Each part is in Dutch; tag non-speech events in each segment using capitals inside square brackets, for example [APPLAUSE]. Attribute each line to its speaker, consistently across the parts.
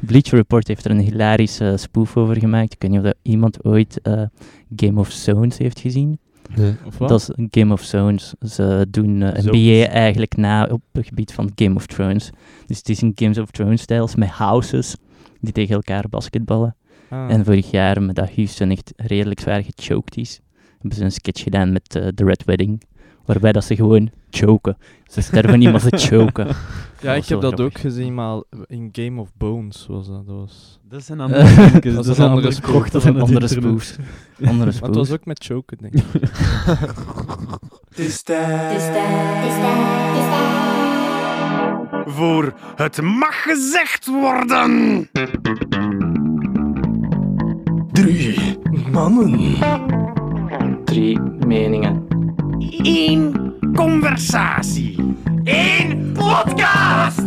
Speaker 1: Bleacher Report heeft er een hilarische spoof over gemaakt. Ik weet niet of dat iemand ooit eh, Game of Zones heeft gezien.
Speaker 2: Nee.
Speaker 3: Of wat?
Speaker 1: Dat is Game of Zones. Ze doen eh,
Speaker 3: Zones.
Speaker 1: NBA eigenlijk na op het gebied van Game of Thrones. Dus het is een Game of Thrones-stijls met houses die tegen elkaar basketballen.
Speaker 3: Ah.
Speaker 1: En vorig jaar, met dat Houston echt redelijk zwaar gechoked is, hebben ze een sketch gedaan met eh, The Red Wedding. Waarbij dat ze gewoon choken. Ze sterven niet,
Speaker 3: [LAUGHS]
Speaker 1: maar ze choken.
Speaker 3: ja, ik
Speaker 1: was
Speaker 3: heb
Speaker 1: heel
Speaker 3: dat
Speaker 1: grappig.
Speaker 3: ook gezien, maar in Game of Bones was dat. dat
Speaker 1: [LAUGHS]
Speaker 3: was...
Speaker 4: Dat zijn
Speaker 1: andere
Speaker 4: andere
Speaker 1: dingetjes,
Speaker 3: dat zijn
Speaker 4: Dat zijn
Speaker 3: andere
Speaker 4: andere
Speaker 3: spoofs.
Speaker 4: spoofs.
Speaker 1: Dat zijn andere spoofs. Andere
Speaker 3: Maar het was
Speaker 1: spoofs.
Speaker 3: ook met choken,
Speaker 1: [LAUGHS]
Speaker 3: denk ik.
Speaker 5: voor Het Mag Gezegd Worden. Drie mannen.
Speaker 1: Drie meningen.
Speaker 5: Eén conversatie. Eén podcast.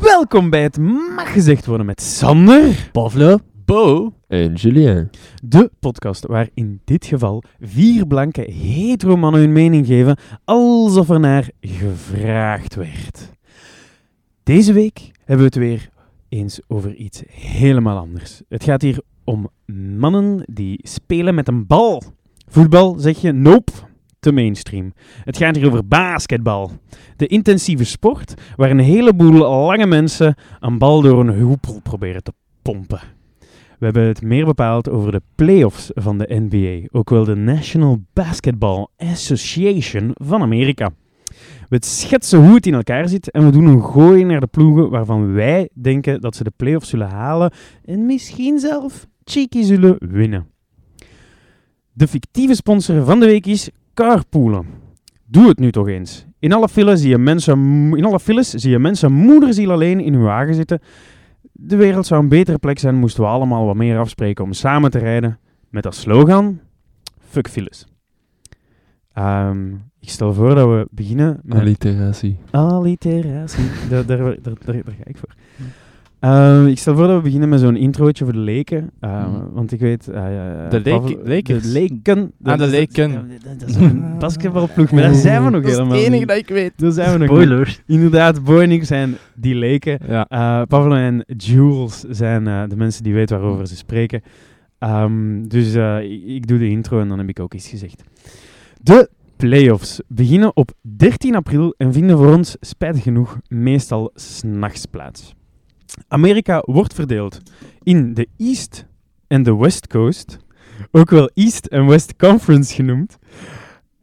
Speaker 4: Welkom bij het Mag Gezegd Worden met Sander,
Speaker 1: Pavlo?
Speaker 4: Bo,
Speaker 2: En Julien.
Speaker 4: de podcast waar in dit geval vier blanke heteromannen hun mening geven, alsof er naar gevraagd werd. Deze week hebben we het weer eens over iets helemaal anders. Het gaat hier om mannen die spelen met een bal. Voetbal zeg je nope, te mainstream. Het gaat hier over basketbal. De intensieve sport waar een heleboel lange mensen een bal door een hoepel proberen te pompen. We hebben het meer bepaald over de playoffs van de NBA, ook wel de National Basketball Association van Amerika. We schetsen hoe het in elkaar zit en we doen een gooi naar de ploegen waarvan wij denken dat ze de playoffs zullen halen en misschien zelf cheeky zullen winnen. De fictieve sponsor van de week is Carpoolen. Doe het nu toch eens. In alle files zie je mensen, in alle files zie je mensen moederziel alleen in hun wagen zitten de wereld zou een betere plek zijn moesten we allemaal wat meer afspreken om samen te rijden. Met als slogan, fuck files. Ehm, ik stel voor dat we beginnen
Speaker 2: Ah,
Speaker 4: met...
Speaker 2: Alliteratie.
Speaker 3: [LAUGHS]
Speaker 4: Alliteratie. daar, daar, daar, daar, daar ga ik voor.
Speaker 3: Hm.
Speaker 4: Ehm, ik stel voor dat we beginnen met zo'n introotje voor de leken. Ehm,
Speaker 1: Mhm.
Speaker 4: Want ik weet... eh, eh,
Speaker 3: Hm. De leek-
Speaker 4: Pavel-
Speaker 3: lekers.
Speaker 4: De leken.
Speaker 3: Ah, de leken.
Speaker 4: Dat, is
Speaker 1: Mhm.
Speaker 4: een basketbalploeg, maar daar zijn we nog helemaal niet.
Speaker 3: dat ik weet.
Speaker 4: Daar zijn we nog
Speaker 1: Spoilers.
Speaker 4: niet. Inderdaad, Boy en ik zijn die leken.
Speaker 3: Ja.
Speaker 4: Eh, Pavlo en Jules zijn eh, de mensen die weten waarover ze spreken. Ehm, dus eh, ik, ik doe de intro en dan heb ik ook iets gezegd. De playoffs beginnen op 13 april en vinden voor ons spijtig genoeg meestal s'nachts plaats. Amerika wordt verdeeld in de East en de West Coast, ook wel East en West Conference genoemd.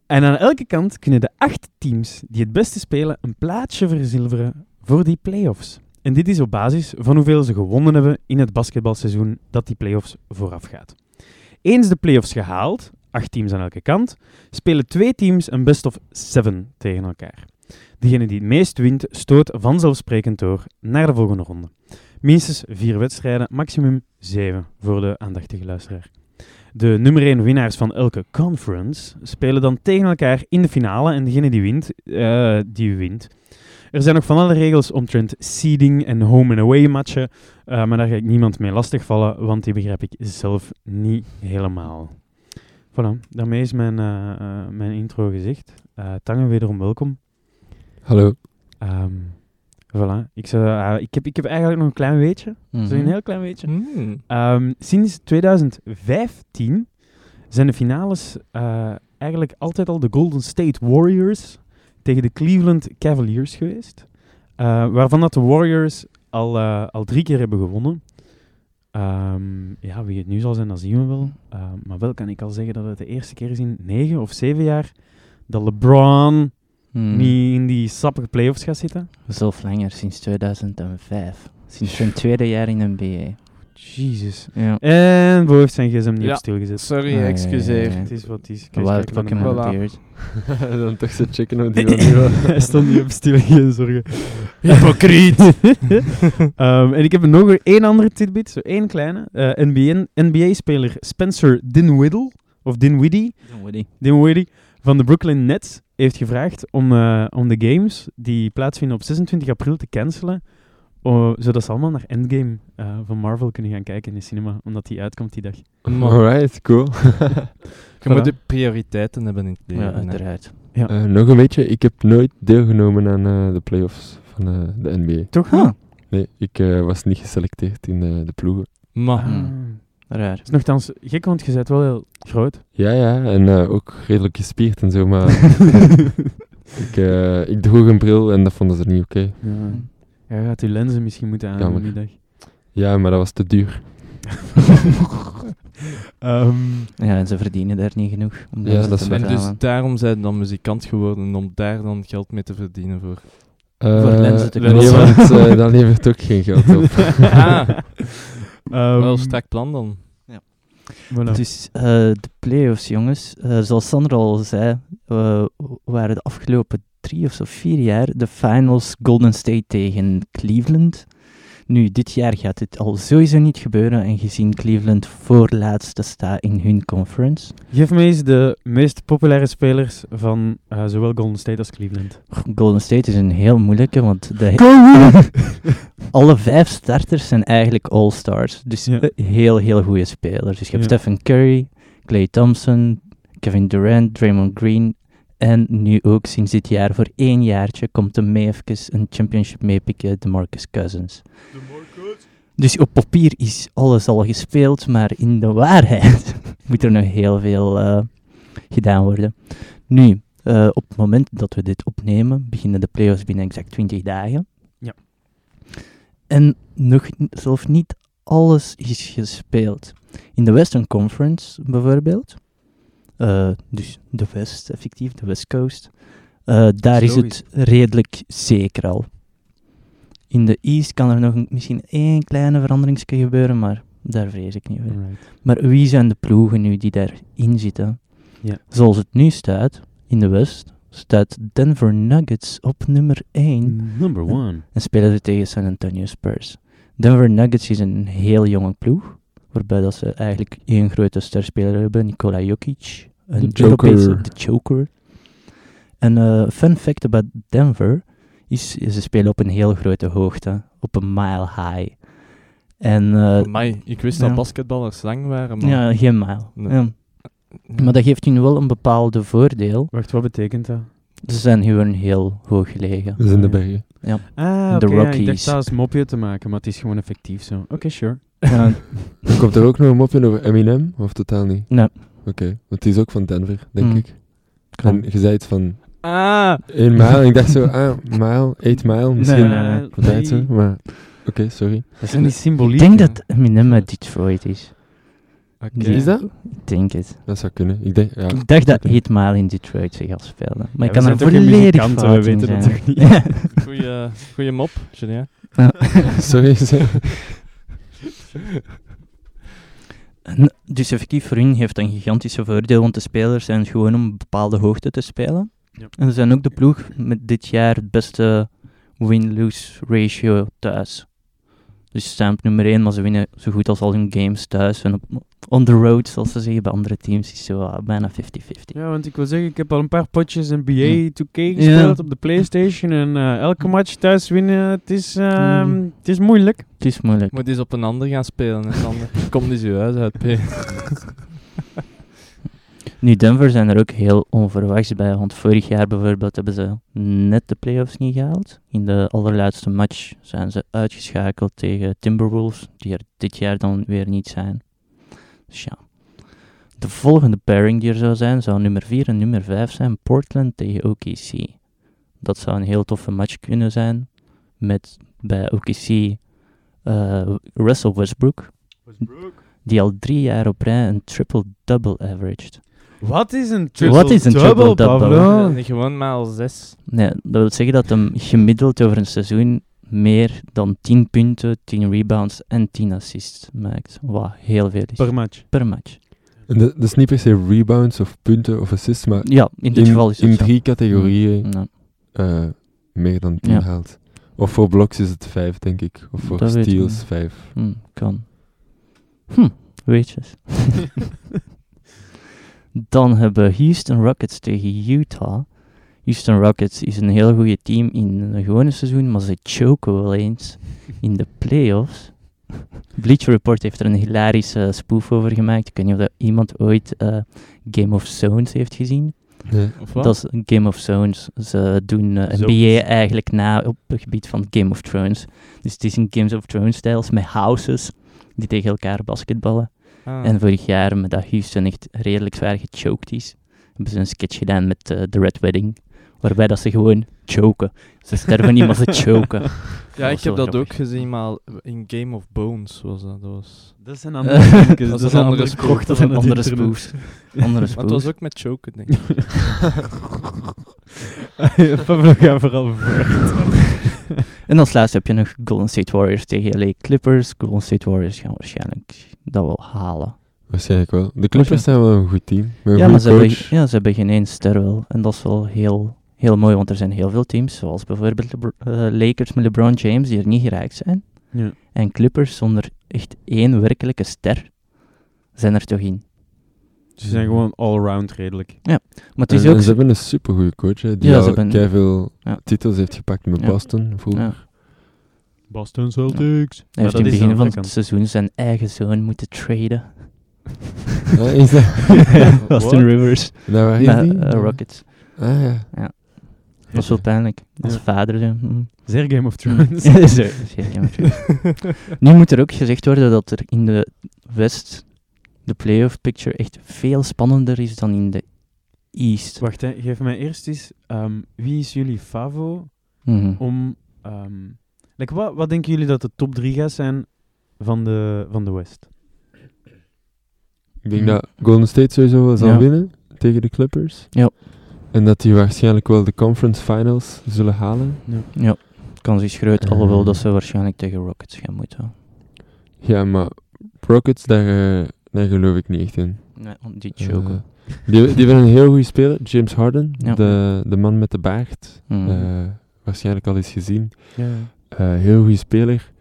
Speaker 4: En aan elke kant kunnen de acht teams die het beste spelen een plaatsje verzilveren voor die playoffs. En dit is op basis van hoeveel ze gewonnen hebben in het basketbalseizoen dat die playoffs voorafgaat. Eens de playoffs gehaald, acht teams aan elke kant, spelen twee teams een best of seven tegen elkaar. Degene die het meest wint, stoot vanzelfsprekend door naar de volgende ronde. Minstens vier wedstrijden, maximum zeven voor de aandachtige luisteraar. De nummer 1 winnaars van elke conference spelen dan tegen elkaar in de finale en degene die wint, eh, die wint. Er zijn nog van alle regels omtrent seeding en home and away matchen, eh, maar daar ga ik niemand mee lastigvallen, want die begrijp ik zelf niet helemaal. Voilà, daarmee is mijn, eh, eh, mijn intro gezegd. Eh Tangen, wederom welkom.
Speaker 2: Hallo.
Speaker 4: Ehm, voilà, ik, zou, eh, ik, heb, ik heb eigenlijk nog een klein weetje, zo
Speaker 1: Mhm.
Speaker 4: een heel klein weetje.
Speaker 3: Hmm.
Speaker 4: Ehm, sinds 2015 zijn de finales eh, eigenlijk altijd al de Golden State Warriors tegen de Cleveland Cavaliers geweest. Eh, waarvan dat de Warriors al, eh, al drie keer hebben gewonnen. Ehm, ja, wie het nu zal zijn, dat zien we wel.
Speaker 3: Mm.
Speaker 4: Eh, maar wel kan ik al zeggen dat het de eerste keer is in negen of zeven jaar dat
Speaker 3: Mm.
Speaker 4: LeBron
Speaker 1: Hmm.
Speaker 4: niet in die sappige playoffs gaat zitten.
Speaker 1: Zelf langer, sinds 2005. Sinds zijn tweede jaar in E. de NBA.
Speaker 4: Jezus.
Speaker 1: Ja.
Speaker 4: En Bo heeft zijn gsm niet
Speaker 3: Ja.
Speaker 4: op stilgezet.
Speaker 3: Sorry,
Speaker 1: Nee.
Speaker 3: excuseer.
Speaker 4: Het is wat het is. Kijk,
Speaker 1: Wild
Speaker 4: kijk naar de
Speaker 1: fucking
Speaker 4: man.
Speaker 3: Voilà.
Speaker 1: beard.
Speaker 2: dan toch ze checken [LAUGHS]
Speaker 4: [LAUGHS]
Speaker 2: hoe die van nu
Speaker 4: Hij stond niet op stil, geen zorgen. [LAUGHS]
Speaker 3: Hypocriet.
Speaker 4: Ehm, en ik heb nog weer één andere tidbit, zo één kleine. Eh, NBN NBA-speler Spencer Dinwiddie, of Dinwiddie, Dinwiddie van de Brooklyn Nets heeft gevraagd om, eh, om de games die plaatsvinden op 26 april te cancelen. oh, zodat ze allemaal naar Endgame eh, van Marvel kunnen gaan kijken in de cinema, omdat die uitkomt die dag.
Speaker 3: Maar
Speaker 2: Alright, cool.
Speaker 3: je moet de prioriteiten hebben in het
Speaker 1: Ja,
Speaker 3: leven. hè.
Speaker 1: uiteraard.
Speaker 2: Eh, nog een beetje, ik heb nooit deelgenomen aan eh, de playoffs van eh, de NBA.
Speaker 4: Toch?
Speaker 1: Ah,
Speaker 2: Nee, ik eh, was niet geselecteerd in eh, de ploegen.
Speaker 3: Maar
Speaker 1: Hmm. raar.
Speaker 4: Ah. is nogthans gek, want je bent wel heel groot.
Speaker 2: Ja, ja, en eh, ook redelijk gespierd en zo, maar ik, eh, ik droeg een bril en dat vonden ze niet oké.
Speaker 4: Ja. Ja, je gaat je lenzen misschien moeten aan
Speaker 2: Jammer.
Speaker 4: die dag.
Speaker 2: Ja, maar dat was te duur.
Speaker 4: [LAUGHS] Ehm,
Speaker 1: Ja, en ze verdienen daar niet genoeg. Om
Speaker 2: Ja,
Speaker 1: daar
Speaker 2: dat
Speaker 1: te
Speaker 2: is waar.
Speaker 3: en dus
Speaker 1: betalen.
Speaker 3: daarom zijn ze dan muzikant geworden om daar dan geld mee te verdienen voor.
Speaker 2: Eh,
Speaker 1: Voor lenzen te
Speaker 2: nee,
Speaker 1: kopen.
Speaker 2: want, eh, dat levert ook geen
Speaker 4: [LAUGHS]
Speaker 2: geld op.
Speaker 3: Ah.
Speaker 4: ehm,
Speaker 3: Wel strak plan dan.
Speaker 4: voilà.
Speaker 1: Dus eh, de play-offs, jongens. Eh, zoals Sandra al zei, eh, waren de afgelopen drie of zo vier jaar de finals Golden State tegen Cleveland. Nu, dit jaar gaat dit al sowieso niet gebeuren. En gezien Cleveland voorlaatste staat in hun conference.
Speaker 4: Geef me eens de meest populaire spelers van eh, zowel Golden State als Cleveland.
Speaker 1: Golden State is een heel moeilijke, want de
Speaker 4: Go
Speaker 1: [LAUGHS] alle vijf starters zijn eigenlijk all-stars. Dus
Speaker 4: Ja.
Speaker 1: eh, heel, heel goede spelers. Dus je hebt
Speaker 4: Ja.
Speaker 1: Stephen Curry, Clay Thompson, Kevin Durant, Draymond Green. En nu ook sinds dit jaar, voor één jaartje, komt hem mee even een championship meepikken, de Marcus Cousins. Dus op papier is alles al gespeeld, maar in de waarheid [LAUGHS] moet er nog heel veel eh, gedaan worden. Nu, eh, op het moment dat we dit opnemen, beginnen de playoffs binnen exact 20 dagen.
Speaker 4: Ja.
Speaker 1: En nog n- zelfs niet alles is gespeeld. In de Western Conference bijvoorbeeld, eh, dus de West effectief, de West Coast, eh, daar is,
Speaker 3: logisch.
Speaker 1: het redelijk zeker al. In de East kan er nog een- misschien één kleine veranderingske gebeuren, maar daar vrees ik niet voor. Maar wie zijn de ploegen nu die daarin zitten?
Speaker 4: Ja.
Speaker 1: Zoals het nu staat, in de West, staat Denver Nuggets op nummer
Speaker 2: Hmm.
Speaker 1: 1
Speaker 4: Number one.
Speaker 1: en spelen ze tegen San Antonio Spurs. Denver Nuggets is een heel jonge ploeg, waarbij dat ze eigenlijk één grote sterspeler hebben, Nikola Jokic. Een
Speaker 2: De Joker.
Speaker 1: Europese- De Joker. En eh fun fact about Denver is, ze spelen op een heel grote hoogte, op een mile high. En eh,
Speaker 3: Amai, ik wist
Speaker 1: ja.
Speaker 3: dat basketballers lang waren, maar...
Speaker 1: ja, geen mile.
Speaker 3: Nee.
Speaker 1: Ja. Maar dat geeft hun wel een bepaalde voordeel.
Speaker 4: Wacht, wat betekent dat?
Speaker 1: Ze zijn gewoon heel hoog gelegen.
Speaker 2: Dat is in de bergen.
Speaker 4: Ah,
Speaker 1: De
Speaker 4: oké, ja, ik
Speaker 1: Rockies.
Speaker 4: dacht dat als mopje te maken, maar het is gewoon effectief zo. Oké, sure.
Speaker 1: Ja,
Speaker 4: [LAUGHS]
Speaker 2: Komt er ook nog een mopje over Eminem? Of totaal niet?
Speaker 1: Nee.
Speaker 2: Oké, want die is ook van Denver, denk
Speaker 1: Hmm.
Speaker 2: ik. En je zei iets van
Speaker 3: Ah!
Speaker 2: 1 mijl. En ik dacht
Speaker 1: [LAUGHS]
Speaker 2: zo, ah, mijl, 8 mijl, misschien.
Speaker 1: nee, nee.
Speaker 2: Wat heet zo, maar oké, sorry.
Speaker 4: Dat is niet symboliek.
Speaker 1: ik denk
Speaker 4: hè?
Speaker 1: dat Eminem uit Detroit is.
Speaker 3: Oké.
Speaker 1: Ja.
Speaker 2: Is dat?
Speaker 1: Ik denk het.
Speaker 2: Dat zou kunnen. Ik
Speaker 1: [LAUGHS]
Speaker 2: denk, ja.
Speaker 1: Ik dacht dat Heat Mile in Detroit zich al speelde. Maar
Speaker 4: we
Speaker 1: ik kan
Speaker 4: zijn
Speaker 1: er
Speaker 4: toch geen
Speaker 1: volledig
Speaker 4: muzikanten, we
Speaker 1: fout in
Speaker 4: weten
Speaker 1: zijn.
Speaker 4: dat toch niet?
Speaker 1: Ja.
Speaker 3: [LAUGHS]
Speaker 1: [LAUGHS]
Speaker 3: Goeie, goeie mop, Julien.
Speaker 2: Sorry. [LAUGHS] sorry.
Speaker 1: En Dus effectief voor hun heeft dat een gigantische voordeel, want de spelers zijn gewoon om een bepaalde hoogte te spelen.
Speaker 4: Ja.
Speaker 1: En ze zijn ook de ploeg met dit jaar het beste win-lose ratio thuis. Dus ze staan op nummer 1, maar ze winnen zo goed als al hun games thuis. En op, on the road, zoals ze zeggen bij andere teams, is zo ah, bijna 50-50.
Speaker 4: Ja, want ik wil zeggen, ik heb al een paar potjes NBA 2K gespeeld op de Playstation en eh, elke match thuis winnen, het is, ehm,
Speaker 1: Mm.
Speaker 4: het is moeilijk.
Speaker 1: Het is moeilijk.
Speaker 3: Moet eens op een ander gaan spelen, hè, Sander. Kom eens je huis uit, P.
Speaker 1: Nu, Denver zijn er ook heel onverwachts bij. Want vorig jaar bijvoorbeeld hebben ze net de playoffs niet gehaald. In de allerlaatste match zijn ze uitgeschakeld tegen Timberwolves, die er dit jaar dan weer niet zijn. Dus ja. De volgende pairing die er zou zijn, zou nummer 4 en nummer 5 zijn. Portland tegen OKC. Dat zou een heel toffe match kunnen zijn. Met bij OKC eh, Russell Westbrook. Die al drie jaar op rij een triple-double averaged.
Speaker 4: Wat is een triple
Speaker 1: Wat is een
Speaker 4: double,
Speaker 1: triple-double?
Speaker 3: [LAUGHS]
Speaker 4: Pablo?
Speaker 3: Gewoon maal zes.
Speaker 1: Nee, dat wil zeggen dat hem gemiddeld over een seizoen meer dan 10 punten, 10 rebounds en 10 assists maakt. Wat heel veel is. Per,
Speaker 4: Per match.
Speaker 1: match.
Speaker 2: En dat, dat is niet per se rebounds of punten of assists, maar
Speaker 1: Ja, in dit geval is het
Speaker 2: in
Speaker 1: zo.
Speaker 2: drie categorieën
Speaker 1: Ja,
Speaker 2: eh, meer dan 10
Speaker 1: Ja.
Speaker 2: haalt. Of voor blocks is het 5, denk ik. Of voor
Speaker 1: Dat weet ik
Speaker 2: steals
Speaker 1: niet.
Speaker 2: 5.
Speaker 1: hm, kan. Hm, weetjes. Dan hebben we Houston Rockets tegen Utah. Houston Rockets is een heel goede team in een gewone seizoen, maar ze choken wel eens in de playoffs. Bleacher Report heeft er een hilarische spoof over gemaakt. Ik weet niet of dat iemand ooit eh, Game of Zones heeft gezien.
Speaker 2: Nee.
Speaker 3: Of wat?
Speaker 1: Dat is een Game of Zones. Ze doen eh,
Speaker 3: Zones.
Speaker 1: NBA eigenlijk na op het gebied van Game of Thrones. Dus het is in Game of Thrones-stijls met houses die tegen elkaar basketballen.
Speaker 3: Ah.
Speaker 1: En vorig jaar, met dat Houston echt redelijk zwaar gechoked is, hebben ze een sketch gedaan met eh, The Red Wedding. Waarbij dat ze gewoon choken. Ze sterven niet, maar ze choken.
Speaker 3: [LAUGHS] ja, ik
Speaker 1: was heel
Speaker 3: heb dat
Speaker 1: Oh, grappig.
Speaker 3: ook gezien, maar in Game of Bones was dat. dat was...
Speaker 4: Dat
Speaker 1: [LAUGHS]
Speaker 4: zijn
Speaker 1: andere
Speaker 4: andere
Speaker 3: dat
Speaker 4: Dat
Speaker 3: is
Speaker 4: zijn
Speaker 3: een andere
Speaker 4: andere
Speaker 3: spoof.
Speaker 4: krochten
Speaker 1: Dat
Speaker 4: van
Speaker 1: zijn
Speaker 4: het
Speaker 1: andere
Speaker 4: internet.
Speaker 1: spoofs.
Speaker 3: [LAUGHS]
Speaker 1: Andere
Speaker 3: Maar het was
Speaker 1: spoofs.
Speaker 3: ook met choken, denk ik.
Speaker 1: [LAUGHS]
Speaker 4: [LAUGHS] Pablo gaat vooral voor.
Speaker 1: En als laatste heb je nog Golden State Warriors tegen LA Clippers. Golden State Warriors gaan waarschijnlijk dat wel halen.
Speaker 2: Waarschijnlijk wel. De Clippers zijn wel een goed team. Met een
Speaker 1: Ja, maar
Speaker 2: goede
Speaker 1: ze hebben,
Speaker 2: coach.
Speaker 1: ja, ze hebben geen één ster wel. En dat is wel heel, heel mooi, want er zijn heel veel teams, zoals bijvoorbeeld Lebr- eh, Lakers met LeBron James, die er niet geraakt zijn.
Speaker 4: Ja.
Speaker 1: En Clippers zonder echt één werkelijke ster zijn er toch in.
Speaker 4: Ze zijn gewoon allround redelijk.
Speaker 1: Maar het
Speaker 2: En,
Speaker 1: is
Speaker 2: en
Speaker 1: ook...
Speaker 2: ze hebben een supergoeie coach, hè, die
Speaker 1: Ja, ze
Speaker 2: al
Speaker 1: hebben-
Speaker 2: veel
Speaker 1: ja.
Speaker 2: titels heeft gepakt met
Speaker 1: Ja.
Speaker 2: Boston vroeger. [LAUGHS]
Speaker 1: Ja.
Speaker 4: Boston Celtics.
Speaker 1: Hij heeft in het begin van het seizoen zijn eigen zoon moeten traden.
Speaker 2: Ah, is dat...
Speaker 1: [LAUGHS] Austin Rivers.
Speaker 2: Nou, waar is
Speaker 1: Naar,
Speaker 2: die?
Speaker 1: eh, Rockets.
Speaker 2: Ah, ja.
Speaker 1: Dat is wel pijnlijk. Als
Speaker 4: Ja.
Speaker 1: vader. Zo. hm.
Speaker 4: Zeer Game [LAUGHS] of Thrones.
Speaker 1: Zo,
Speaker 2: [LAUGHS]
Speaker 1: zeker, ja, natuurlijk. nu moet er ook gezegd worden dat er in de West de playoff picture echt veel spannender is dan in de East.
Speaker 4: Wacht, hè, geef mij eerst eens. ehm, wie is jullie favo
Speaker 1: Mhm.
Speaker 4: om. ehm, like, wat, wat denken jullie dat de top 3 gaat zijn van de, van de West?
Speaker 2: Ik denk dat Golden State sowieso wel zal
Speaker 1: Ja.
Speaker 2: winnen tegen de Clippers.
Speaker 1: Ja.
Speaker 2: En dat die waarschijnlijk wel de conference finals zullen halen.
Speaker 1: Ja, kans is groot, alhoewel dat
Speaker 2: Eh.
Speaker 1: ze waarschijnlijk tegen Rockets gaan moeten.
Speaker 2: Ja, maar Rockets, daar, eh, daar geloof ik niet echt in.
Speaker 1: Nee, want die choken.
Speaker 2: Eh, die, die hebben een heel goede speler, James Harden,
Speaker 1: Ja.
Speaker 2: de, de man met de baard.
Speaker 1: Mhm.
Speaker 2: Eh, waarschijnlijk al eens gezien. Eh, heel goede speler.